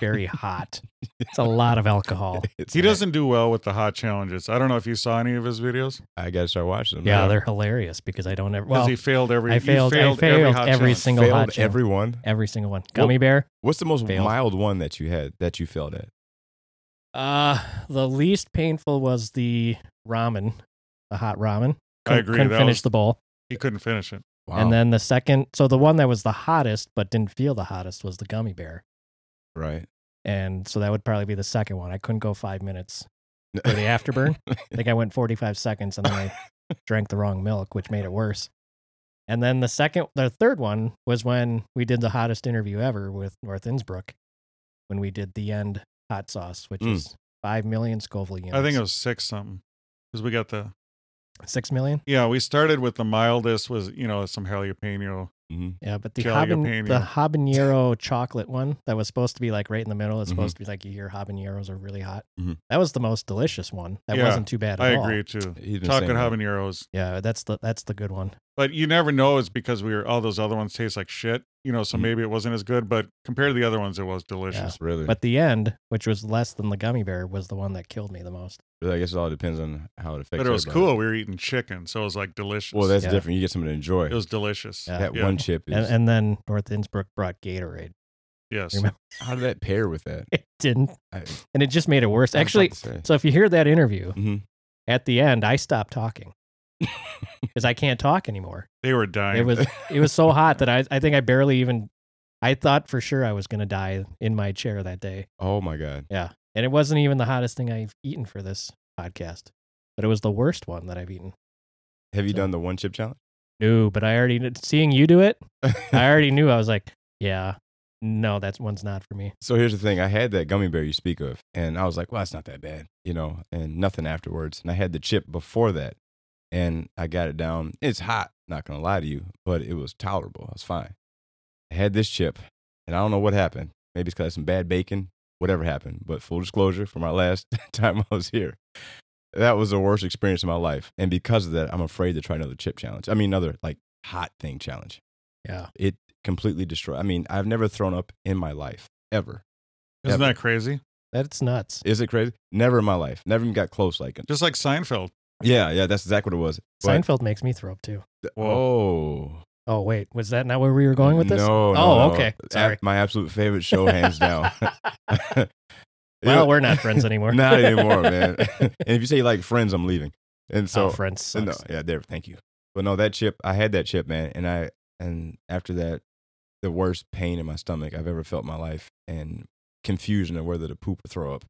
[SPEAKER 3] very hot. It's a lot of alcohol.
[SPEAKER 2] It's
[SPEAKER 1] He
[SPEAKER 2] half-
[SPEAKER 1] doesn't do well with the hot challenges. I don't know if you saw any of his videos.
[SPEAKER 2] I gotta start watching them.
[SPEAKER 3] Yeah,
[SPEAKER 2] now.
[SPEAKER 3] they're hilarious because I don't ever.
[SPEAKER 1] Because
[SPEAKER 3] Well,
[SPEAKER 1] he failed every.
[SPEAKER 3] I
[SPEAKER 1] he
[SPEAKER 3] failed- I
[SPEAKER 1] every,
[SPEAKER 3] failed
[SPEAKER 1] hot
[SPEAKER 3] every
[SPEAKER 1] challenge.
[SPEAKER 3] single hot
[SPEAKER 2] failed
[SPEAKER 3] challenge.
[SPEAKER 2] everyone.
[SPEAKER 3] every single one. Gummy bear.
[SPEAKER 2] What's the most
[SPEAKER 3] Failed.
[SPEAKER 2] mild one that you had that you failed at?
[SPEAKER 3] Uh the least painful was the ramen, the hot ramen.
[SPEAKER 1] I agree,
[SPEAKER 3] Couldn't
[SPEAKER 1] that
[SPEAKER 3] finish
[SPEAKER 1] was-
[SPEAKER 3] the bowl.
[SPEAKER 1] He couldn't finish it.
[SPEAKER 3] And then the second, so the one that was the hottest but didn't feel the hottest was the gummy bear.
[SPEAKER 2] right.
[SPEAKER 3] And so that would probably be the second one. I couldn't go five minutes for the afterburn. I think I went 45 seconds and then I drank the wrong milk, which made it worse. And then the second, the third one was when we did the hottest interview ever with North Innsbruck when we did the end hot sauce, which
[SPEAKER 2] Mm.
[SPEAKER 3] is 5 million Scoville units.
[SPEAKER 1] Hmm. I think it was six something. Because we got the
[SPEAKER 3] 6 million.
[SPEAKER 1] yeah. We started with the mildest was you know some jalapeno.
[SPEAKER 2] Mhm.
[SPEAKER 3] Yeah, but the,
[SPEAKER 1] Jalapeno.
[SPEAKER 3] haban- the habanero chocolate one that was supposed to be like right in the middle.
[SPEAKER 1] Mm-hmm.
[SPEAKER 3] It's supposed to be like you hear habaneros are really hot.
[SPEAKER 2] Mhm. That
[SPEAKER 3] That was the most delicious one. That
[SPEAKER 1] Yeah,
[SPEAKER 3] wasn't too bad at
[SPEAKER 1] I
[SPEAKER 3] all.
[SPEAKER 1] agree too.
[SPEAKER 2] He's been
[SPEAKER 1] Chocolate
[SPEAKER 2] saying that.
[SPEAKER 1] habaneros.
[SPEAKER 3] Yeah, that's the that's the good one.
[SPEAKER 1] But you never know. It's because we were all those other ones taste like shit. You know, so
[SPEAKER 3] Mm.
[SPEAKER 2] Mhm.
[SPEAKER 1] maybe it wasn't as good. But compared to the other ones, it was delicious.
[SPEAKER 2] Really,
[SPEAKER 3] But the end, which was less than the gummy bear, was the one that killed me the most.
[SPEAKER 2] Really, I guess it all depends on how it affects.
[SPEAKER 1] But it was
[SPEAKER 2] everybody.
[SPEAKER 1] cool. We were eating chicken, so it was like delicious.
[SPEAKER 2] Well, that's
[SPEAKER 3] Yeah.
[SPEAKER 2] different. You get something to enjoy.
[SPEAKER 1] it was delicious.
[SPEAKER 3] Yeah.
[SPEAKER 2] that
[SPEAKER 1] yeah.
[SPEAKER 2] one chip is.
[SPEAKER 3] And, and then North Innsbruck brought Gatorade.
[SPEAKER 1] Yes.
[SPEAKER 3] Remember-
[SPEAKER 2] how did that pair with that?
[SPEAKER 3] It didn't,
[SPEAKER 2] I,
[SPEAKER 3] and it just made it worse. Actually, so if you hear that interview
[SPEAKER 2] hmm
[SPEAKER 3] at the end, I stopped talking because I can't talk anymore.
[SPEAKER 1] They were dying.
[SPEAKER 3] It was it was so hot that I I think I barely even I thought for sure I was gonna die in my chair that day.
[SPEAKER 2] oh my god,
[SPEAKER 3] Yeah, and it wasn't even the hottest thing I've eaten for this podcast, but it was the worst one that I've eaten.
[SPEAKER 2] have you
[SPEAKER 3] So-
[SPEAKER 2] done the one chip challenge?
[SPEAKER 3] No, but I already kn- seeing you do it. I already knew. I was like, yeah, no, that one's not for me.
[SPEAKER 2] So here's the thing. I had that gummy bear you speak of, and I was like, well, it's not that bad, you know, and nothing afterwards. And I had the chip before that, and I got it down. It's hot, not going to lie to you, but it was tolerable. I was fine. I had this chip, and I don't know what happened. Maybe it's because some bad bacon, whatever happened. But full disclosure, for my last time I was here, that was the worst experience of my life. And because of that, I'm afraid to try another chip challenge. I mean, another like hot thing challenge
[SPEAKER 3] Yeah,
[SPEAKER 2] it completely destroyed. I mean, I've never thrown up in my life ever.
[SPEAKER 1] Isn't
[SPEAKER 2] Ever.
[SPEAKER 1] that crazy?
[SPEAKER 3] that's nuts.
[SPEAKER 2] Is it crazy? Never in my life. Never even got close. Like,
[SPEAKER 1] Just like Seinfeld.
[SPEAKER 2] yeah, yeah, that's exactly what it was. But-
[SPEAKER 3] Seinfeld makes me throw up too.
[SPEAKER 2] Oh,
[SPEAKER 3] Oh wait, was that not where we were going with this?
[SPEAKER 2] No. no,
[SPEAKER 3] Oh,
[SPEAKER 2] no.
[SPEAKER 3] okay.
[SPEAKER 2] Ab-
[SPEAKER 3] Sorry.
[SPEAKER 2] my absolute favorite show, hands down.
[SPEAKER 3] Well, we're not friends anymore.
[SPEAKER 2] not anymore, man. and if you say you like friends, I'm leaving. And so,
[SPEAKER 3] oh, friends sucks.
[SPEAKER 2] No, yeah, there. Thank you. But no, that chip, I had that chip, man, and I and after that, the worst pain in my stomach I've ever felt in my life, and confusion of whether to poop or throw up.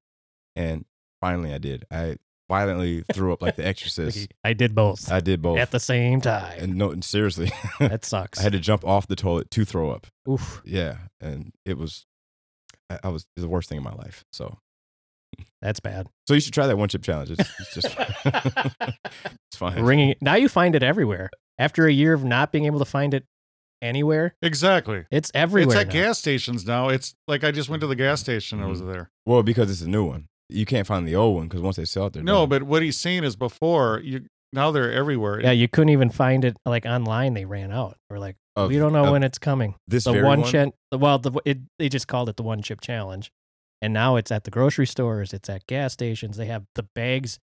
[SPEAKER 2] And finally, I did. I violently threw up like The Exorcist.
[SPEAKER 3] I did both
[SPEAKER 2] I did both.
[SPEAKER 3] at the same time.
[SPEAKER 2] and no, and seriously,
[SPEAKER 3] that sucks.
[SPEAKER 2] I had to jump off the toilet to throw up.
[SPEAKER 3] Oof,
[SPEAKER 2] Yeah, and it was, I, I was it was the worst thing in my life. So,
[SPEAKER 3] that's bad.
[SPEAKER 2] so you should try that one chip challenge. It's, it's just, it's fine.
[SPEAKER 3] Ringing. Now you find it everywhere. After a year of not being able to find it anywhere,
[SPEAKER 1] Exactly.
[SPEAKER 3] it's everywhere.
[SPEAKER 1] It's at
[SPEAKER 3] now.
[SPEAKER 1] gas stations now. It's like I just went to the gas station. I was
[SPEAKER 2] Mm-hmm.
[SPEAKER 1] there.
[SPEAKER 2] Well, because it's a new one. You can't find the old one because once they sell it, they're
[SPEAKER 1] No,
[SPEAKER 2] done.
[SPEAKER 1] but what he's saying is before you now they're everywhere.
[SPEAKER 3] Yeah, you couldn't even find it like online. They ran out. We're like,
[SPEAKER 2] Of-
[SPEAKER 3] we don't know
[SPEAKER 2] of
[SPEAKER 3] when it's coming.
[SPEAKER 2] this
[SPEAKER 3] the
[SPEAKER 2] very
[SPEAKER 3] one chip. Well, the, it, they just called it the one chip challenge, and now it's at the grocery stores. It's at gas stations. They have the bags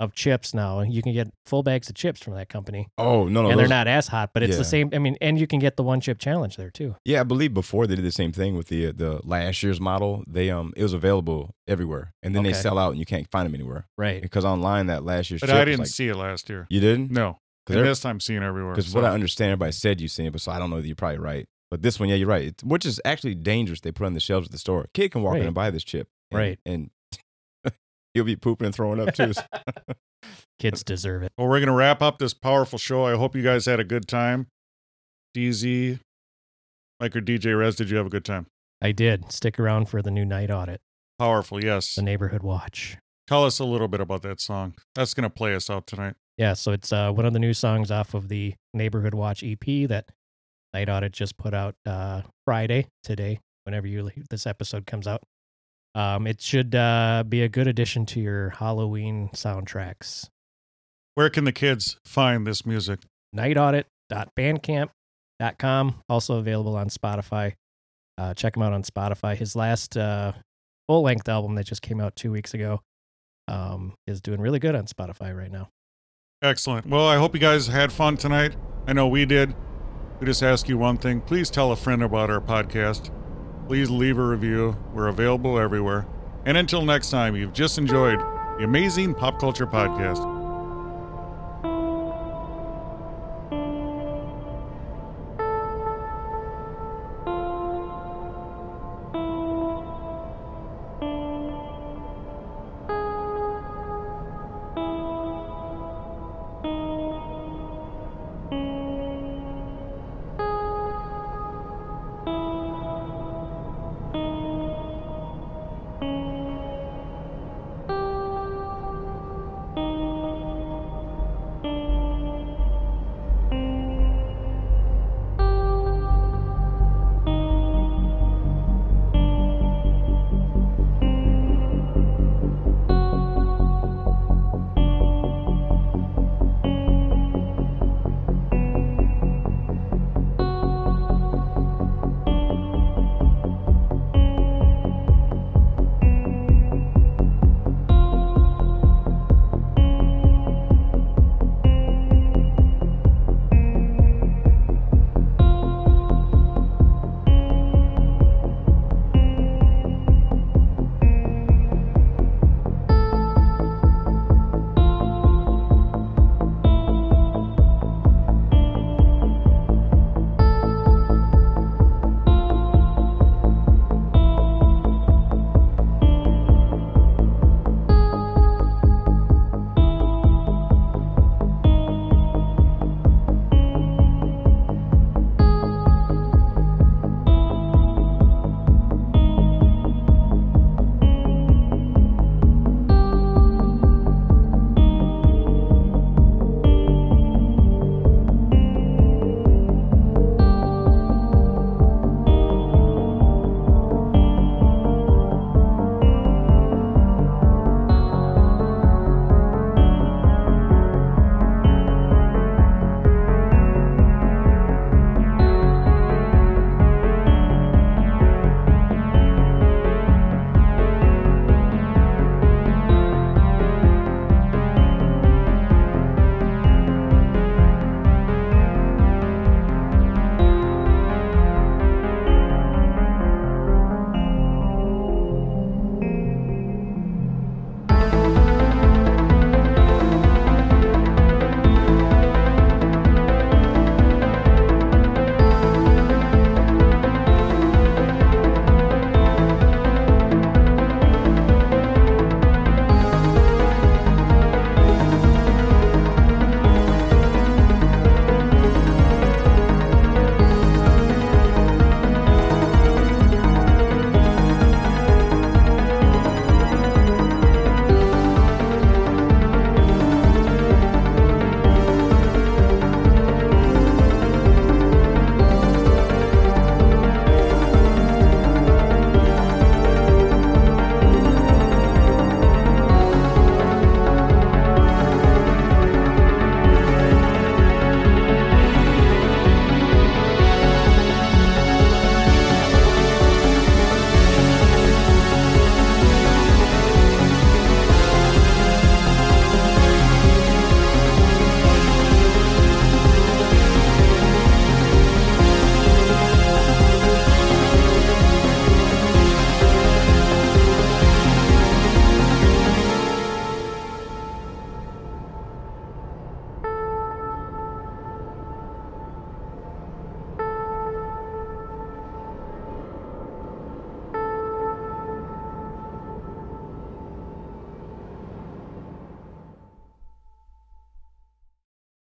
[SPEAKER 3] of chips now. You can get full bags of chips from that company,
[SPEAKER 2] Oh no, no,
[SPEAKER 3] and they're
[SPEAKER 2] those-
[SPEAKER 3] not as hot, but it's
[SPEAKER 2] Yeah.
[SPEAKER 3] the same. I mean, and you can get the one chip challenge there too.
[SPEAKER 2] Yeah, I believe before they did the same thing with the uh, the last year's model. They um, it was available everywhere, and then they
[SPEAKER 3] Okay.
[SPEAKER 2] sell out, and you can't find them anywhere
[SPEAKER 3] Right.
[SPEAKER 2] because online that last year's.
[SPEAKER 1] but
[SPEAKER 2] chip
[SPEAKER 1] I
[SPEAKER 2] was
[SPEAKER 1] didn't
[SPEAKER 2] like-
[SPEAKER 1] see it last year.
[SPEAKER 2] You didn't?
[SPEAKER 1] No, and
[SPEAKER 2] because
[SPEAKER 1] this time seeing everywhere. so-
[SPEAKER 2] what I understand, everybody said you seen it, but so I don't know that you're probably right. But this one, yeah, you're right. It's, which is actually dangerous. They put on the shelves at the store. Kid can walk
[SPEAKER 3] Right.
[SPEAKER 2] in and buy this chip, and,
[SPEAKER 3] Right.
[SPEAKER 2] And he'll be pooping and throwing up too. So-
[SPEAKER 3] Kids deserve it.
[SPEAKER 1] well, we're gonna wrap up this powerful show. I hope you guys had a good time. DZ, like your DJ Rez, did you have a good time?
[SPEAKER 3] I did stick around for the new night audit,
[SPEAKER 1] Powerful, yes.
[SPEAKER 3] the neighborhood watch.
[SPEAKER 1] Tell us a little bit about that song. That's gonna play us out tonight.
[SPEAKER 3] Yeah, so it's uh, one of the new songs off of E the Neighborhood Watch EP that Night Audit just put out uh, Friday today. whenever you this episode comes out. Um, it should uh, be a good addition to your Halloween soundtracks.
[SPEAKER 1] Where can the kids find this music?
[SPEAKER 3] nightaudit.bandcamp.com. Also available on Spotify. Uh, check him out on Spotify. His last uh, full length album that just came out two weeks ago um, is doing really good on Spotify right now.
[SPEAKER 1] Excellent. Well, I hope you guys had fun tonight. I know we did. We just ask you one thing please tell a friend about our podcast. Please leave a review. We're available everywhere. And until next time, you've just enjoyed the Amazing Pop Culture Podcast.